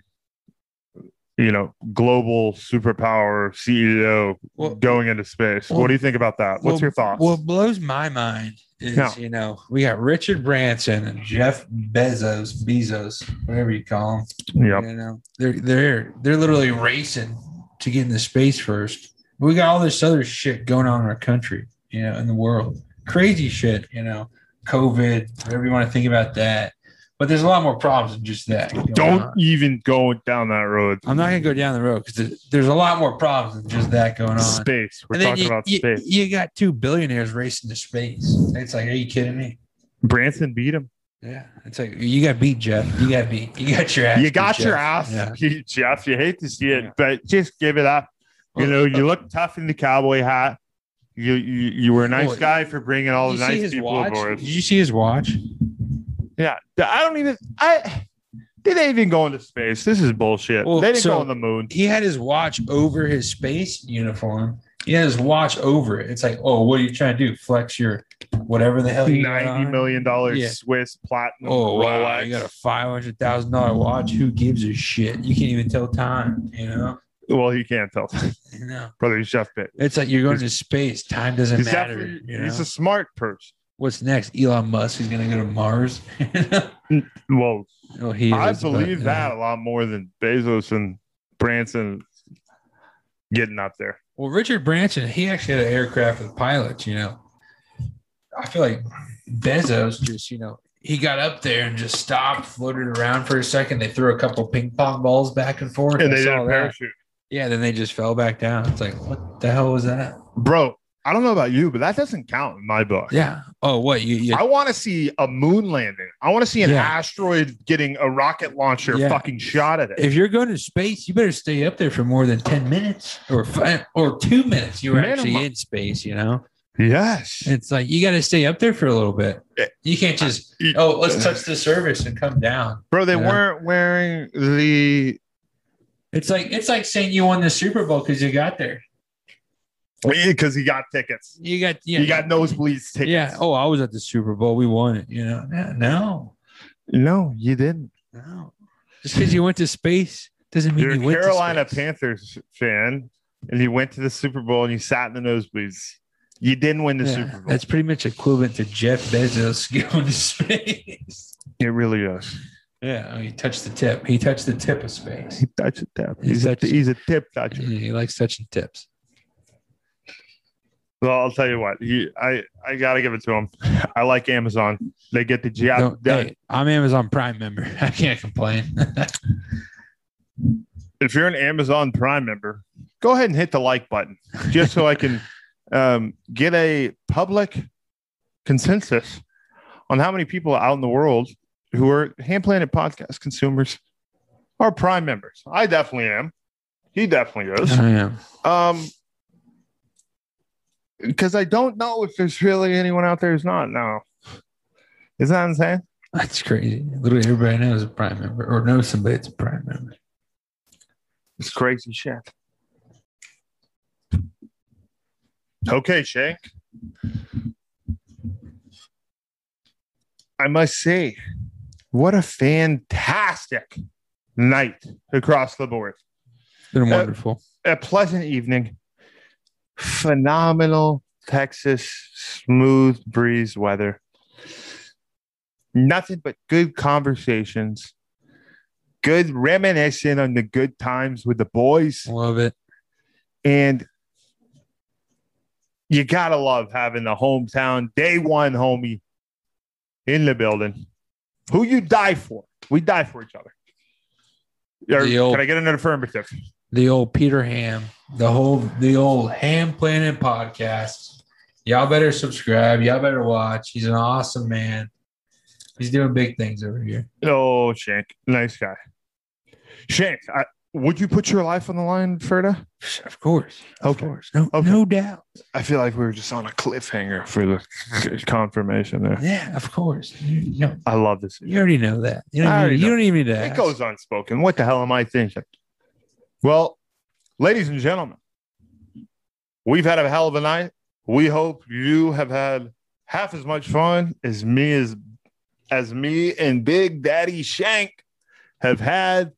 [SPEAKER 3] you know, global superpower CEO
[SPEAKER 2] Well,
[SPEAKER 3] going into space?
[SPEAKER 2] well-
[SPEAKER 3] what do you think about that? What's
[SPEAKER 2] well-
[SPEAKER 3] your thoughts?
[SPEAKER 2] What blows my mind is
[SPEAKER 3] Yeah.
[SPEAKER 2] you know we got Richard Branson and Jeff Bezos, Bezos, whatever you call them.
[SPEAKER 3] yep.
[SPEAKER 2] You know they're they're they're literally racing to get into space first. We got all this other shit going on in our country, you know, in the world, crazy shit, you know, COVID, whatever you want to think about that. But there's a lot more problems than just that. going on.
[SPEAKER 3] Don't even go down that road.
[SPEAKER 2] I'm not gonna go down the road because there's a lot more problems than just that going on.
[SPEAKER 3] Space. We're
[SPEAKER 2] And then
[SPEAKER 3] talking
[SPEAKER 2] you,
[SPEAKER 3] about
[SPEAKER 2] you-
[SPEAKER 3] space.
[SPEAKER 2] You got two billionaires racing to space. It's like, are you kidding me?
[SPEAKER 3] Branson beat him.
[SPEAKER 2] Yeah, it's like you got beat, Jeff. You got beat. You got your ass.
[SPEAKER 3] You
[SPEAKER 2] beat,
[SPEAKER 3] got your
[SPEAKER 2] Jeff.
[SPEAKER 3] ass
[SPEAKER 2] Yeah.
[SPEAKER 3] beat, Jeff. You hate to see it,
[SPEAKER 2] Yeah.
[SPEAKER 3] but just give it up. You
[SPEAKER 2] Well, uh,
[SPEAKER 3] know, you look tough in the cowboy hat. You you, you were a nice
[SPEAKER 2] Well,
[SPEAKER 3] guy for bringing all the
[SPEAKER 2] Did you see
[SPEAKER 3] nice
[SPEAKER 2] his
[SPEAKER 3] people
[SPEAKER 2] watch?
[SPEAKER 3] aboard.
[SPEAKER 2] Did you see his watch?
[SPEAKER 3] Yeah, I don't even. I Did they even go into space? This is bullshit.
[SPEAKER 2] Well,
[SPEAKER 3] they didn't
[SPEAKER 2] so-
[SPEAKER 3] go on the moon.
[SPEAKER 2] He had his watch over his space uniform. He had his watch over it. It's like, oh, what are you trying to do? Flex your whatever the hell you got
[SPEAKER 3] Ninety
[SPEAKER 2] on?
[SPEAKER 3] million dollar
[SPEAKER 2] Yeah.
[SPEAKER 3] Swiss platinum
[SPEAKER 2] Oh wow!
[SPEAKER 3] Rolex.
[SPEAKER 2] You got a five hundred thousand dollar watch. Who gives a shit? You can't even tell time. You know?
[SPEAKER 3] well, you can't tell, [LAUGHS]
[SPEAKER 2] You know?
[SPEAKER 3] brother. He's Jeff Bezos.
[SPEAKER 2] It's like you're going to space. Time doesn't
[SPEAKER 3] He's,
[SPEAKER 2] matter.
[SPEAKER 3] definitely-
[SPEAKER 2] you know?
[SPEAKER 3] he's a smart person.
[SPEAKER 2] What's next? Elon Musk is going to go to Mars. [LAUGHS]
[SPEAKER 3] Well,
[SPEAKER 2] oh, he.
[SPEAKER 3] I
[SPEAKER 2] is, but,
[SPEAKER 3] believe
[SPEAKER 2] uh,
[SPEAKER 3] that a lot more than Bezos and Branson getting up there.
[SPEAKER 2] Well, Richard Branson, he actually had an aircraft with pilots, you know. I feel like Bezos just, you know, he got up there and just stopped, floated around for a second. They threw a couple ping pong balls back and forth.
[SPEAKER 3] And
[SPEAKER 2] I
[SPEAKER 3] they
[SPEAKER 2] saw
[SPEAKER 3] did a
[SPEAKER 2] that.
[SPEAKER 3] parachute.
[SPEAKER 2] Yeah, then they just fell back down. It's like, what the hell was that?
[SPEAKER 3] Bro, I don't know about you, but that doesn't count in my book.
[SPEAKER 2] Yeah. Oh, what? You, you
[SPEAKER 3] I want to see a moon landing. I want to see an
[SPEAKER 2] Yeah.
[SPEAKER 3] asteroid getting a rocket launcher
[SPEAKER 2] Yeah.
[SPEAKER 3] fucking shot at it.
[SPEAKER 2] if you're going to space, you better stay up there for more than 10 minutes or five, or two minutes. You were
[SPEAKER 3] Minimum.
[SPEAKER 2] actually in space, you know?
[SPEAKER 3] yes.
[SPEAKER 2] It's like you got to stay up there for a little bit. You can't just,
[SPEAKER 3] Yeah.
[SPEAKER 2] oh, let's touch the surface and come down.
[SPEAKER 3] Bro, they
[SPEAKER 2] Yeah.
[SPEAKER 3] weren't wearing the
[SPEAKER 2] It's like it's like saying you won the Super Bowl because you got there.
[SPEAKER 3] because he got tickets.
[SPEAKER 2] You got yeah.
[SPEAKER 3] He got nosebleeds tickets.
[SPEAKER 2] yeah. Oh, I was at the Super Bowl. We won it. You know. Yeah, No,
[SPEAKER 3] No, you didn't.
[SPEAKER 2] no. Just because you went to space doesn't mean
[SPEAKER 3] You're
[SPEAKER 2] you
[SPEAKER 3] a
[SPEAKER 2] went
[SPEAKER 3] Carolina
[SPEAKER 2] to space.
[SPEAKER 3] Panthers fan, and you went to the Super Bowl and you sat in the nosebleeds. You didn't win the
[SPEAKER 2] Yeah,
[SPEAKER 3] Super Bowl.
[SPEAKER 2] That's pretty much equivalent to Jeff Bezos [LAUGHS] going to space.
[SPEAKER 3] It really is.
[SPEAKER 2] Yeah, oh, he touched the tip. He touched the tip of space.
[SPEAKER 3] He touched a tip.
[SPEAKER 2] He
[SPEAKER 3] He's a,
[SPEAKER 2] touched-
[SPEAKER 3] he's a tip toucher.
[SPEAKER 2] Yeah, he likes touching tips.
[SPEAKER 3] Well, I'll tell you what. He, I I gotta give it to him. I like Amazon. They get the job
[SPEAKER 2] Don't-
[SPEAKER 3] done.
[SPEAKER 2] hey, I'm Amazon Prime member. [LAUGHS] I can't complain. [LAUGHS]
[SPEAKER 3] If you're an Amazon Prime member, go ahead and hit the like button just so I can um, get a public consensus on how many people out in the world who are Hand Planet podcast consumers are Prime members. I definitely am. He definitely is.
[SPEAKER 2] I am.
[SPEAKER 3] Um, because I don't know if there's really anyone out there who's not now. Is that insane?
[SPEAKER 2] That's crazy. Literally everybody knows a prime member or knows somebody that's a prime member.
[SPEAKER 3] It's crazy shit. Okay, Shank. I must say, what a fantastic night across the board.
[SPEAKER 2] It's been
[SPEAKER 3] Uh,
[SPEAKER 2] wonderful.
[SPEAKER 3] a pleasant evening. Phenomenal Texas smooth breeze weather. Nothing but good conversations. Good reminiscing on the good times with the boys.
[SPEAKER 2] Love it.
[SPEAKER 3] And you got to love having the hometown day one homie in the building who you die for. We die for each other. Or
[SPEAKER 2] The old-
[SPEAKER 3] can I get an affirmative?
[SPEAKER 2] The old Peter Ham, the whole the old Ham Planet podcast. Y'all better subscribe. Y'all better watch. He's an awesome man. He's doing big things over here.
[SPEAKER 3] Oh, Shank, nice guy. Shank, I, would you put your life on the line, Ferda?
[SPEAKER 2] Of course.
[SPEAKER 3] Okay.
[SPEAKER 2] course. No,
[SPEAKER 3] Okay.
[SPEAKER 2] no doubt.
[SPEAKER 3] I feel like we were just on a cliffhanger for the [LAUGHS] confirmation there.
[SPEAKER 2] Yeah, of course. You, no,
[SPEAKER 3] I love this.
[SPEAKER 2] you already know that. You don't,
[SPEAKER 3] I already
[SPEAKER 2] need, you
[SPEAKER 3] know.
[SPEAKER 2] don't even need to
[SPEAKER 3] It
[SPEAKER 2] ask.
[SPEAKER 3] goes unspoken. What the hell am I thinking? Well, ladies and gentlemen, we've had a hell of a night. We hope you have had half as much fun as me as as me and Big Daddy Shank have had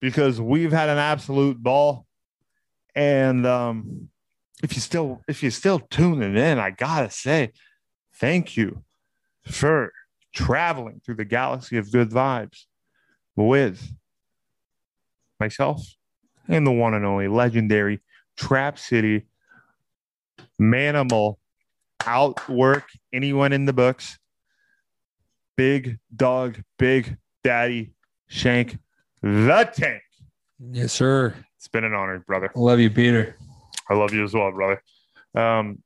[SPEAKER 3] because we've had an absolute ball. And um, if you still if you're still tuning in, I gotta say thank you for traveling through the galaxy of good vibes with myself and the one and only legendary Trap City Manimal outwork anyone in the books. Big dog, big daddy, Shank the Tank.
[SPEAKER 2] Yes, sir.
[SPEAKER 3] It's been an honor, brother.
[SPEAKER 2] Love you, Peter.
[SPEAKER 3] I love you as well, brother. Um,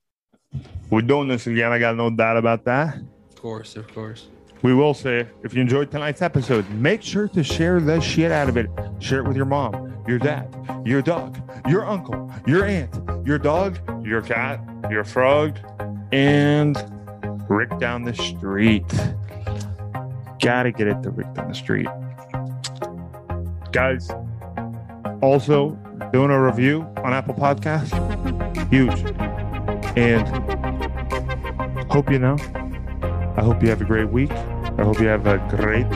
[SPEAKER 3] we're doing this again. I got no doubt about that.
[SPEAKER 2] Of course, of course.
[SPEAKER 3] We will say if you enjoyed tonight's episode, make sure to share the shit out of it. Share it with your mom, your dad, your dog, your uncle, your aunt, your dog, your cat, your frog, and Rick down the street. Gotta get it to Rick down the street. guys. Also, doing a review on Apple Podcasts, huge. And hope you know. I hope you have a great week. I hope you have a great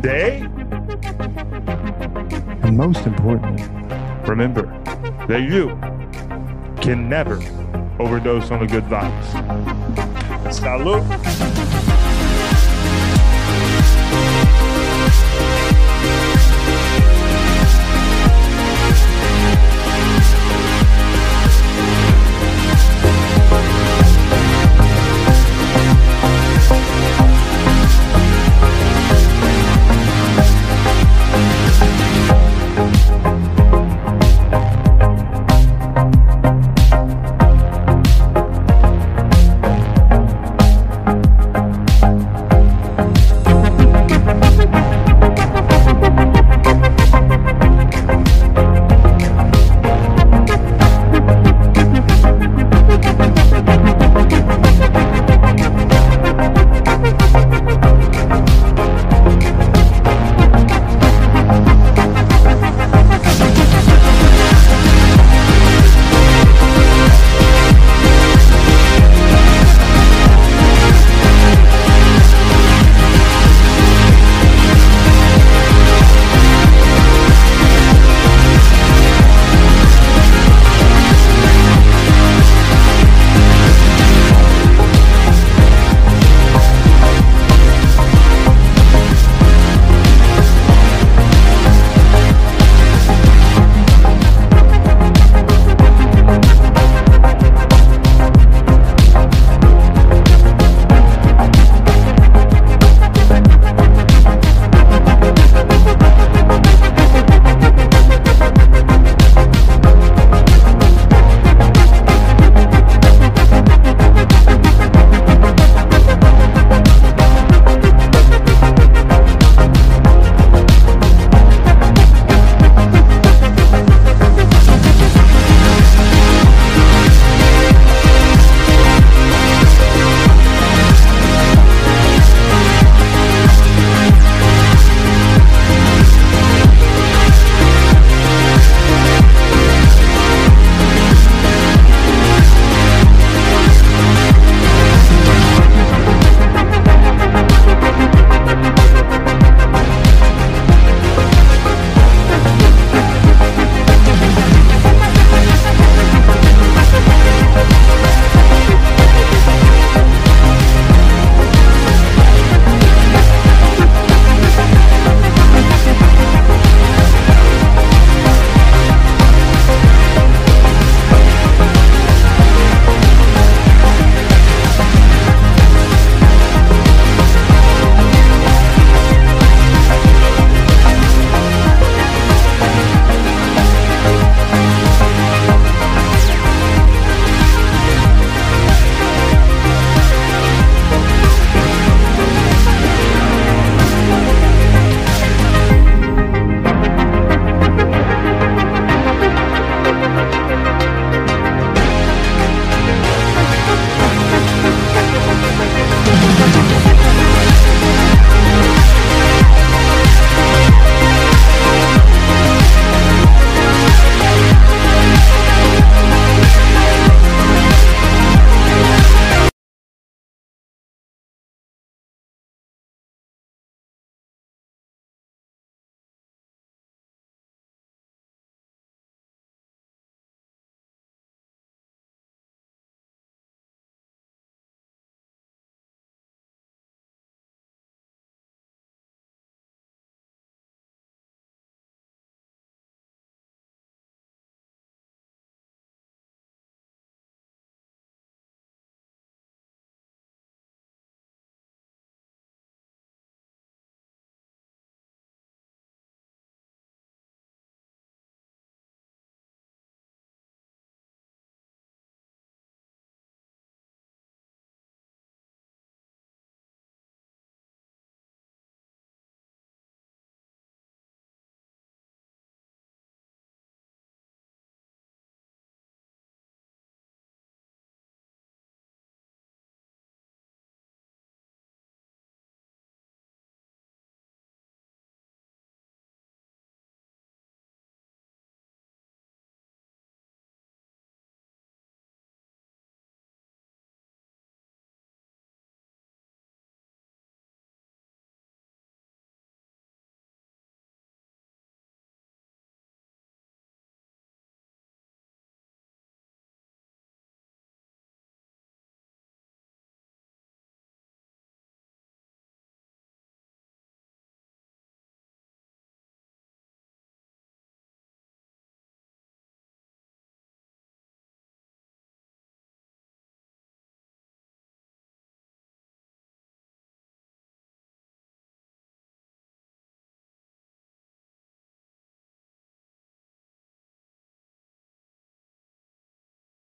[SPEAKER 3] day. And most importantly, remember that you can never overdose on the good vibes. Salute.